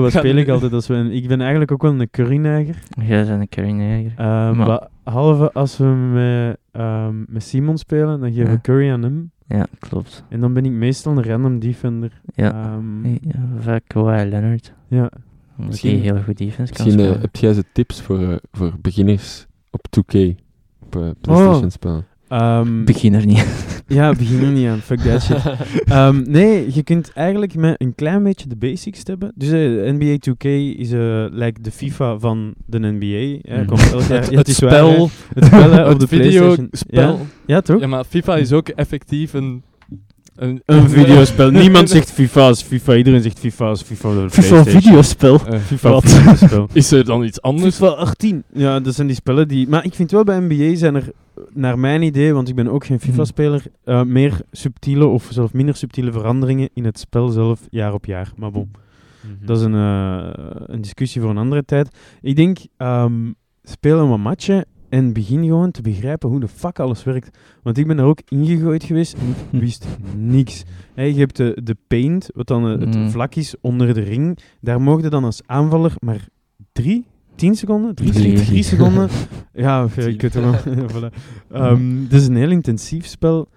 Speaker 1: [LAUGHS]
Speaker 4: wat
Speaker 3: Ga
Speaker 4: speel
Speaker 3: nu-
Speaker 4: ik altijd als we... een- ik ben eigenlijk ook wel een curryneger.
Speaker 1: Jij bent een curry neger.
Speaker 4: Ehm
Speaker 1: Maar-
Speaker 4: Behalve als we met, ehm, met Simon spelen, dan geven we
Speaker 1: Ja.
Speaker 4: curry aan hem.
Speaker 1: Ja, klopt.
Speaker 4: En dan ben ik meestal een random defender.
Speaker 1: Ja.
Speaker 4: Ehm,
Speaker 1: Ja, Vaak Kawhi Leonard.
Speaker 4: ja.
Speaker 1: Omdat hij
Speaker 2: Misschien-
Speaker 1: heel goed defense kan
Speaker 2: Misschien eh,
Speaker 1: spelen.
Speaker 2: heb jij ze tips voor, eh, voor beginners op 2K, op eh, PlayStation spelen.
Speaker 4: Ehm,
Speaker 1: Beginner niet.
Speaker 4: Oh. ja, begin er niet aan. Fuck
Speaker 1: [LAUGHS]
Speaker 4: that shit.
Speaker 2: [LAUGHS]
Speaker 4: Ehm, nee, je kunt eigenlijk met een klein beetje de basics te hebben. Dus eh, NBA 2K is eh like de FIFA van de NBA. hè.
Speaker 1: Mm.
Speaker 4: Komt elk jaar- [LAUGHS] ja,
Speaker 3: het
Speaker 4: is waar,
Speaker 3: spel.
Speaker 4: hè. het spel [LAUGHS] hè, op
Speaker 3: Het
Speaker 4: de
Speaker 3: video
Speaker 4: PlayStation.
Speaker 3: spel.
Speaker 4: Ja, ja toch?
Speaker 3: Ja, maar FIFA is ook effectief een... Een,
Speaker 4: Een
Speaker 3: [LAUGHS]
Speaker 4: videospel. Niemand zegt FIFA is FIFA. Iedereen zegt FIFA is FIFA door de PlayStation.
Speaker 1: videospel.
Speaker 3: Eh,
Speaker 4: FIFA is [LAUGHS] videospel.
Speaker 3: [LAUGHS] is er dan iets anders?
Speaker 4: FIFA 18. Ja, dat zijn die spellen die... Maar ik vind wel bij NBA zijn er, naar mijn idee, want ik ben ook geen FIFA-speler, eh, meer subtiele of zelfs minder subtiele veranderingen in het spel zelf jaar op jaar. Maar bon. Dat is een, eh, een discussie voor een andere tijd. Ik denk, ehm, speel een wat matchen en begin gewoon te begrijpen hoe de fuck alles werkt. Want ik ben er ook ingegooid geweest en
Speaker 1: Hm.
Speaker 4: ik wist niks. Hè, je hebt de, de paint, wat dan eh, het
Speaker 1: Mm.
Speaker 4: vlak is onder de ring. Daar mocht je dan als aanvaller maar drie, tien seconden, drie,
Speaker 1: Drie.
Speaker 4: drie, drie seconden. Ja, of, eh, ik weet het wel. [LAUGHS] voilà. Ehm, het is een heel intensief spel.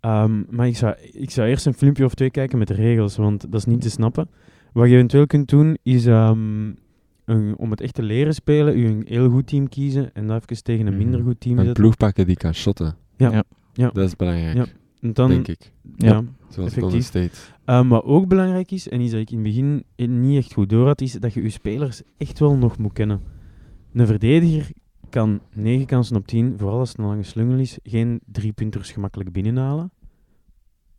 Speaker 4: Ehm, maar ik zou, ik zou eerst een filmpje of twee kijken met de regels, want dat is niet te snappen. Wat je eventueel kunt doen, is ehm, een- om het echt te leren spelen, je een heel goed team kiezen en dan even tegen een
Speaker 1: Mhm.
Speaker 4: minder goed team
Speaker 2: Een
Speaker 4: zetten.
Speaker 2: ploeg pakken die kan shotten.
Speaker 4: Ja.
Speaker 1: Ja.
Speaker 4: Ja.
Speaker 2: Dat is belangrijk,
Speaker 4: Ja. En dan,
Speaker 2: denk ik.
Speaker 4: ja.
Speaker 1: Ja.
Speaker 2: Zoals
Speaker 4: Effectief.
Speaker 2: Golden State.
Speaker 4: Ehm, wat ook belangrijk is, en iets dat ik in het begin eh, niet echt goed door had, is dat je je spelers echt wel nog moet kennen. Een verdediger kan 9 kansen op 10, vooral als het een lange slungel is, geen drie punters gemakkelijk binnenhalen.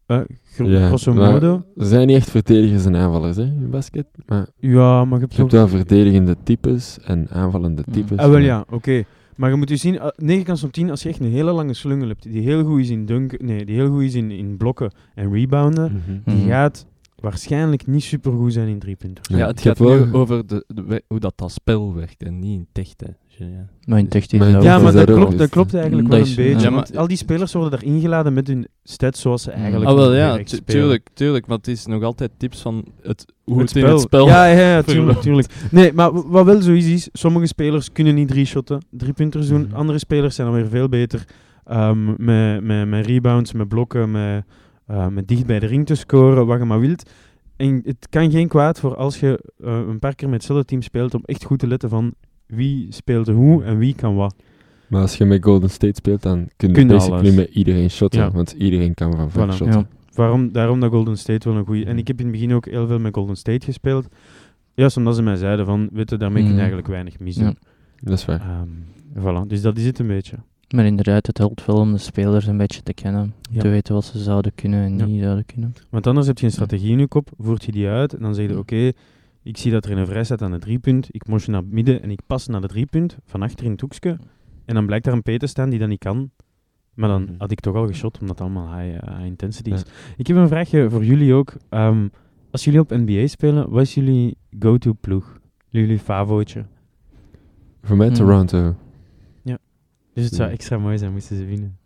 Speaker 4: Eh, gro-
Speaker 2: Ja,
Speaker 4: grosso
Speaker 2: maar-
Speaker 4: modo.
Speaker 2: Ze zijn niet echt verdedigers en aanvallers hè, in basket. Maar
Speaker 4: Ja, maar je hebt
Speaker 2: je hebt
Speaker 4: toch...
Speaker 2: wel verdedigende types en aanvallende
Speaker 1: Mm.
Speaker 2: types.
Speaker 4: Ah, wel ja, oké. Maar je moet dus zien, 9 kansen op 10, als je echt een hele lange slungel hebt, die heel goed is in dunken, nee, die heel goed is in, in blokken en rebounden,
Speaker 2: Mhm.
Speaker 1: Mm.
Speaker 4: die gaat waarschijnlijk niet supergoed zijn in drie punten.
Speaker 3: Ja, het
Speaker 2: Ik heb
Speaker 3: gaat wel...
Speaker 2: wel-
Speaker 3: over de, de we- hoe dat, dat spel werkt en niet in techten. Dus, Ja.
Speaker 1: Maar in tech is
Speaker 2: Maar in
Speaker 1: dat
Speaker 2: tech
Speaker 4: Ja,
Speaker 1: ook-
Speaker 4: maar
Speaker 2: is
Speaker 4: dat
Speaker 2: dat
Speaker 4: klopt,
Speaker 2: ook.
Speaker 4: dat klopt
Speaker 3: Mm,
Speaker 4: eigenlijk wel
Speaker 1: Dat
Speaker 4: een
Speaker 1: is-
Speaker 4: beetje.
Speaker 1: ja,
Speaker 4: want
Speaker 3: maar-
Speaker 4: al die spelers worden daar ingeladen met hun stats zoals ze eigenlijk...
Speaker 3: Ah, wel
Speaker 4: niet
Speaker 3: ja,
Speaker 4: direct
Speaker 3: tu-
Speaker 4: spelen.
Speaker 3: tuurlijk, tuurlijk. Maar het is nog altijd tips van het, hoe
Speaker 4: Het
Speaker 3: het, in het spel...
Speaker 4: Ja, ja, ja, tuurlijk,
Speaker 3: Verloopt.
Speaker 4: tuurlijk. Nee, maar w- wat wel zo is, is sommige spelers kunnen niet drie shotten, drie punters doen.
Speaker 2: Mhm.
Speaker 4: Andere spelers zijn dan weer veel beter ehm, met, met, met rebounds, met blokken, met, eh, met dicht bij de ring te scoren, wat je maar wilt. En het kan geen kwaad voor als je eh, een paar keer met hetzelfde team speelt om echt goed te letten van wie speelt er hoe en wie kan wat.
Speaker 2: Maar als je met Golden State speelt, dan kun je
Speaker 4: Kun je
Speaker 2: basically
Speaker 4: alles.
Speaker 2: met iedereen shotten.
Speaker 4: Ja.
Speaker 2: Want iedereen kan van ver
Speaker 4: Voilà.
Speaker 2: shotten.
Speaker 4: Waarom, daarom dat Golden State wel een goede. En
Speaker 2: Mhm.
Speaker 4: ik heb in het begin ook heel veel met Golden State gespeeld. Juist omdat ze mij zeiden van, weet je, daarmee kun
Speaker 1: Mhm.
Speaker 4: je eigenlijk weinig missen.
Speaker 1: Ja.
Speaker 2: Dat is waar.
Speaker 4: Ehm, voilà, dus dat is het een beetje.
Speaker 1: Maar inderdaad, het helpt wel om de spelers een beetje te kennen. Om
Speaker 4: Ja.
Speaker 1: Te weten wat ze zouden kunnen en
Speaker 4: Ja.
Speaker 1: niet zouden kunnen.
Speaker 4: Want anders heb je een strategie in je kop, voert je die uit en dan zeg je:
Speaker 1: Ja.
Speaker 4: Oké, ik zie dat er een vrij staat aan de driepunt, ik moest naar het midden en ik pas naar de driepunt van achter in het hoekje. En dan blijkt daar een P te staan die dat niet kan. Maar dan
Speaker 2: Mhm.
Speaker 4: had ik toch al geshot, omdat het allemaal high, eh, high intensity is.
Speaker 2: Ja.
Speaker 4: Ik heb een vraagje voor jullie ook. Ehm, als jullie op NBA spelen, wat is jullie go-to ploeg? Jullie favootje?
Speaker 2: Voor mij
Speaker 1: Mm.
Speaker 2: Toronto.
Speaker 4: Dus het zou
Speaker 2: Ja.
Speaker 4: extra mooi zijn moesten ze winnen.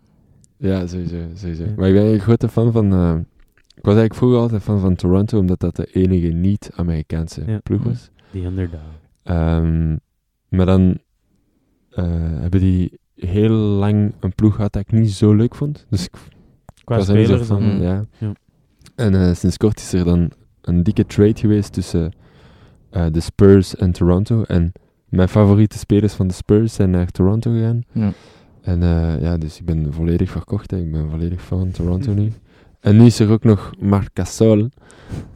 Speaker 2: Ja, sowieso. sowieso.
Speaker 4: Ja.
Speaker 2: Maar ik ben een grote fan van... eh, ik was eigenlijk vroeger altijd fan van Toronto, omdat dat de enige niet-Amerikaanse
Speaker 4: Ja.
Speaker 2: ploeg
Speaker 1: Mm.
Speaker 2: was.
Speaker 4: Die underdog.
Speaker 2: Ehm, maar dan eh, hebben die heel lang een ploeg gehad dat ik niet zo leuk vond. Dus ik,
Speaker 4: Qua
Speaker 2: was er niet zo
Speaker 4: spelers
Speaker 2: van,
Speaker 4: dan.
Speaker 1: Mm.
Speaker 2: ja.
Speaker 4: Ja.
Speaker 2: En eh, sinds kort is er dan een dikke trade geweest tussen eh, de Spurs en Toronto. En mijn favoriete spelers van de Spurs zijn naar Toronto gegaan.
Speaker 1: Ja.
Speaker 2: En eh, ja, dus ik ben volledig verkocht. Hè. Ik ben volledig fan van Toronto nu. [LAUGHS] En nu is er ook nog Marc Gasol,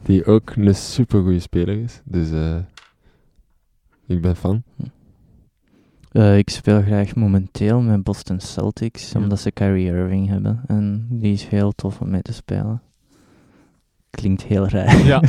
Speaker 2: die ook een supergoeie speler is. Dus eh, ik ben fan.
Speaker 1: Eh, ik speel graag momenteel met Boston Celtics,
Speaker 2: Ja.
Speaker 1: omdat ze Kyrie Irving hebben. En die is heel tof om mee te spelen. Klinkt heel raar.
Speaker 3: [LAUGHS]
Speaker 1: [LAUGHS]
Speaker 3: Ja.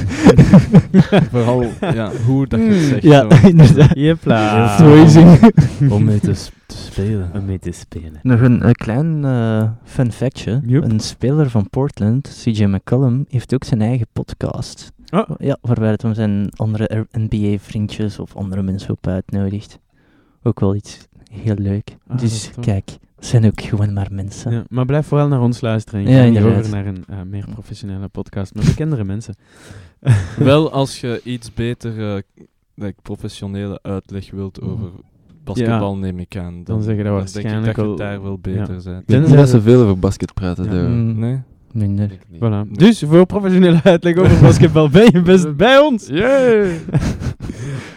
Speaker 3: [LAUGHS] Vooral ja, hoe dat je
Speaker 4: Hmm.
Speaker 3: het zegt.
Speaker 1: Ja,
Speaker 4: [LAUGHS]
Speaker 3: zo.
Speaker 1: inderdaad.
Speaker 4: Jepla. [LAUGHS]
Speaker 1: Amazing.
Speaker 3: Om mee te, s- te spelen.
Speaker 4: Om mee te spelen.
Speaker 1: Nog een, eh, klein eh, fun factje.
Speaker 4: Joep.
Speaker 1: Een speler van Portland, CJ McCollum, heeft ook zijn eigen podcast.
Speaker 4: Oh.
Speaker 1: Ja, waarbij het om zijn andere NBA-vriendjes of andere mensen op uitnodigt. Ook wel iets heel leuk.
Speaker 4: Ah, dat
Speaker 1: dus
Speaker 4: is tof.
Speaker 1: kijk, het zijn ook gewoon maar mensen.
Speaker 4: Ja, maar blijf vooral naar ons luisteren. Ik
Speaker 1: Ja,
Speaker 4: ga niet
Speaker 1: inderdaad.
Speaker 4: over naar een eh, meer professionele podcast met bekendere mensen.
Speaker 3: Wel als je iets beter eh, like, professionele uitleg wilt over basketbal, neem ik aan. Dan,
Speaker 4: Dan zeg je dat
Speaker 3: dan
Speaker 4: waarschijnlijk
Speaker 3: denk ik
Speaker 4: wel-
Speaker 3: dat je daar wel beter bent.
Speaker 2: Ik denk
Speaker 4: Tenzij
Speaker 2: niet dat
Speaker 4: ze-
Speaker 2: ze veel over basket praten. dus,
Speaker 4: Ja.
Speaker 2: daar.
Speaker 1: Mm,
Speaker 3: Nee?
Speaker 1: Minder.
Speaker 2: Denk ik niet.
Speaker 4: Voilà. Dus voor professionele
Speaker 1: [LAUGHS]
Speaker 4: uitleg over basketbal ben je best bij ons.
Speaker 3: Yay!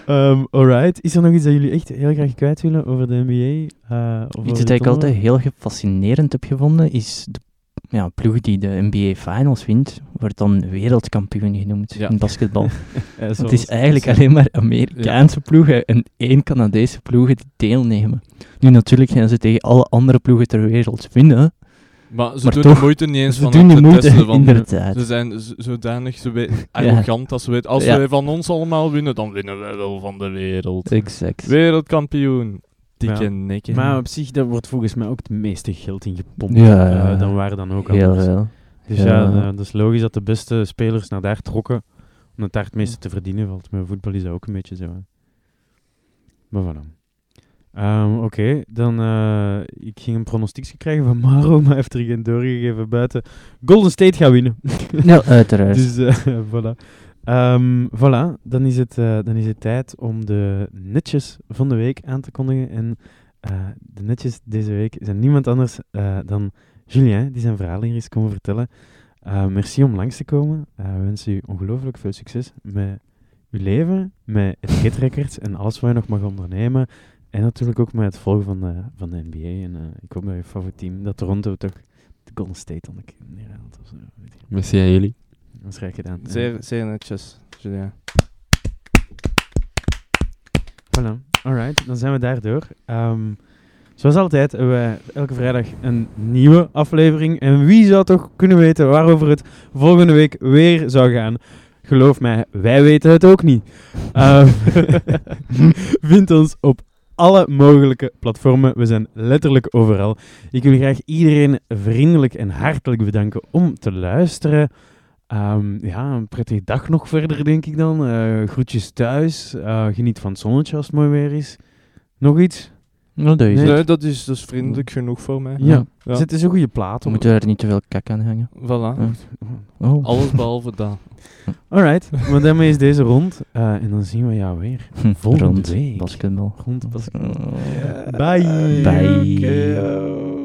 Speaker 4: Ehm, alright. Is er nog iets dat jullie echt heel graag kwijt willen over de NBA? eh, of over
Speaker 1: Iets
Speaker 4: dit
Speaker 1: dat ik altijd
Speaker 4: onderwerp?
Speaker 1: heel fascinerend heb gevonden, is de ja, ploeg die de NBA Finals wint, wordt dan wereldkampioen genoemd
Speaker 3: Ja.
Speaker 1: in basketbal.
Speaker 4: Eh,
Speaker 1: Want
Speaker 4: zoals-
Speaker 1: het is eigenlijk alleen maar Amerikaanse ploegen en één Canadese ploegen die deelnemen. Nu natuurlijk gaan ze tegen alle andere ploegen ter wereld winnen.
Speaker 3: [LAUGHS] Maar ze
Speaker 1: Maar
Speaker 3: doen
Speaker 1: toch,
Speaker 3: de moeite niet eens
Speaker 1: Ze
Speaker 3: van
Speaker 1: doen
Speaker 3: het
Speaker 1: die
Speaker 3: te
Speaker 1: moeite,
Speaker 3: testen. Van,
Speaker 1: inderdaad.
Speaker 3: ze zijn z- zodanig ze
Speaker 1: [LAUGHS]
Speaker 3: weten, arrogant dat ze weten, als
Speaker 1: Ja.
Speaker 3: wij van ons allemaal winnen, dan winnen wij wel van de wereld.
Speaker 1: Exact.
Speaker 3: Wereldkampioen. Dikke
Speaker 4: Ja.
Speaker 3: nikken.
Speaker 4: Maar op zich, daar wordt volgens mij ook het meeste geld in gepompt.
Speaker 1: Ja,
Speaker 4: eh,
Speaker 1: ja.
Speaker 4: dan waar dan ook
Speaker 1: Heel
Speaker 4: anders.
Speaker 1: wel.
Speaker 4: Dus ja,
Speaker 1: Ja.
Speaker 4: eh, dat is logisch dat de beste spelers naar daar trokken, omdat daar het meeste te verdienen valt. Maar voetbal is dat ook een beetje zo. hè. Maar voilà. Ehm, Oké, dan eh, ik ging een pronostiekje krijgen van Maro, [LAUGHS] maar heeft er geen doorgegeven buiten. Golden State gaat winnen.
Speaker 1: Ja, uiteraard.
Speaker 4: Dus eh, [LAUGHS] voilà. Ehm, voilà, dan is, het, eh, dan is het tijd om de netjes van de week aan te kondigen. En eh, de netjes deze week zijn niemand anders eh, dan Julien, die zijn verhaal hier is komen vertellen. Eh, merci om langs te komen. Eh, we wensen u ongelooflijk veel succes met uw leven, met etiketrekkers en alles wat je nog mag ondernemen. En natuurlijk ook met het volgen van de, van de NBA. En eh, ik hoop dat je favoriet team, dat Toronto toch de Golden State aan de kin neerhaalt of zo. Weet ik.
Speaker 2: Merci aan jullie.
Speaker 4: Dat is rijk gedaan. Ja.
Speaker 3: Zeer, zeer netjes, Julien.
Speaker 4: Voilà, alright. Dan zijn we daardoor. Ehm, zoals altijd hebben wij elke vrijdag een nieuwe aflevering. En wie zou toch kunnen weten waarover het volgende week weer zou gaan? Geloof mij, wij weten het ook niet. Ehm, [LAUGHS] vind ons op alle mogelijke platformen. We zijn letterlijk overal. Ik wil graag iedereen vriendelijk en hartelijk bedanken om te luisteren. Ehm, ja, een prettige dag nog verder, denk ik dan. Eh, groetjes thuis. Eh, geniet van het zonnetje als het mooi weer is. Nog iets?
Speaker 1: Nou, dat is
Speaker 4: Nee.
Speaker 1: het.
Speaker 3: Nee, dat is dus vriendelijk genoeg voor mij.
Speaker 4: Ja.
Speaker 3: Ja.
Speaker 4: Zet eens een goede plaat
Speaker 1: We
Speaker 4: op.
Speaker 1: moeten er niet te veel kak aan hangen.
Speaker 3: Voilà.
Speaker 1: Oh. [LAUGHS]
Speaker 3: Alles behalve dat.
Speaker 4: Alright, maar daarmee is deze rond. Eh, en dan zien we jou weer.
Speaker 1: Hm,
Speaker 4: volgende
Speaker 1: rond
Speaker 4: week.
Speaker 1: Basketbal.
Speaker 4: Rond pas.
Speaker 1: Oh.
Speaker 4: Bye.
Speaker 1: Bye.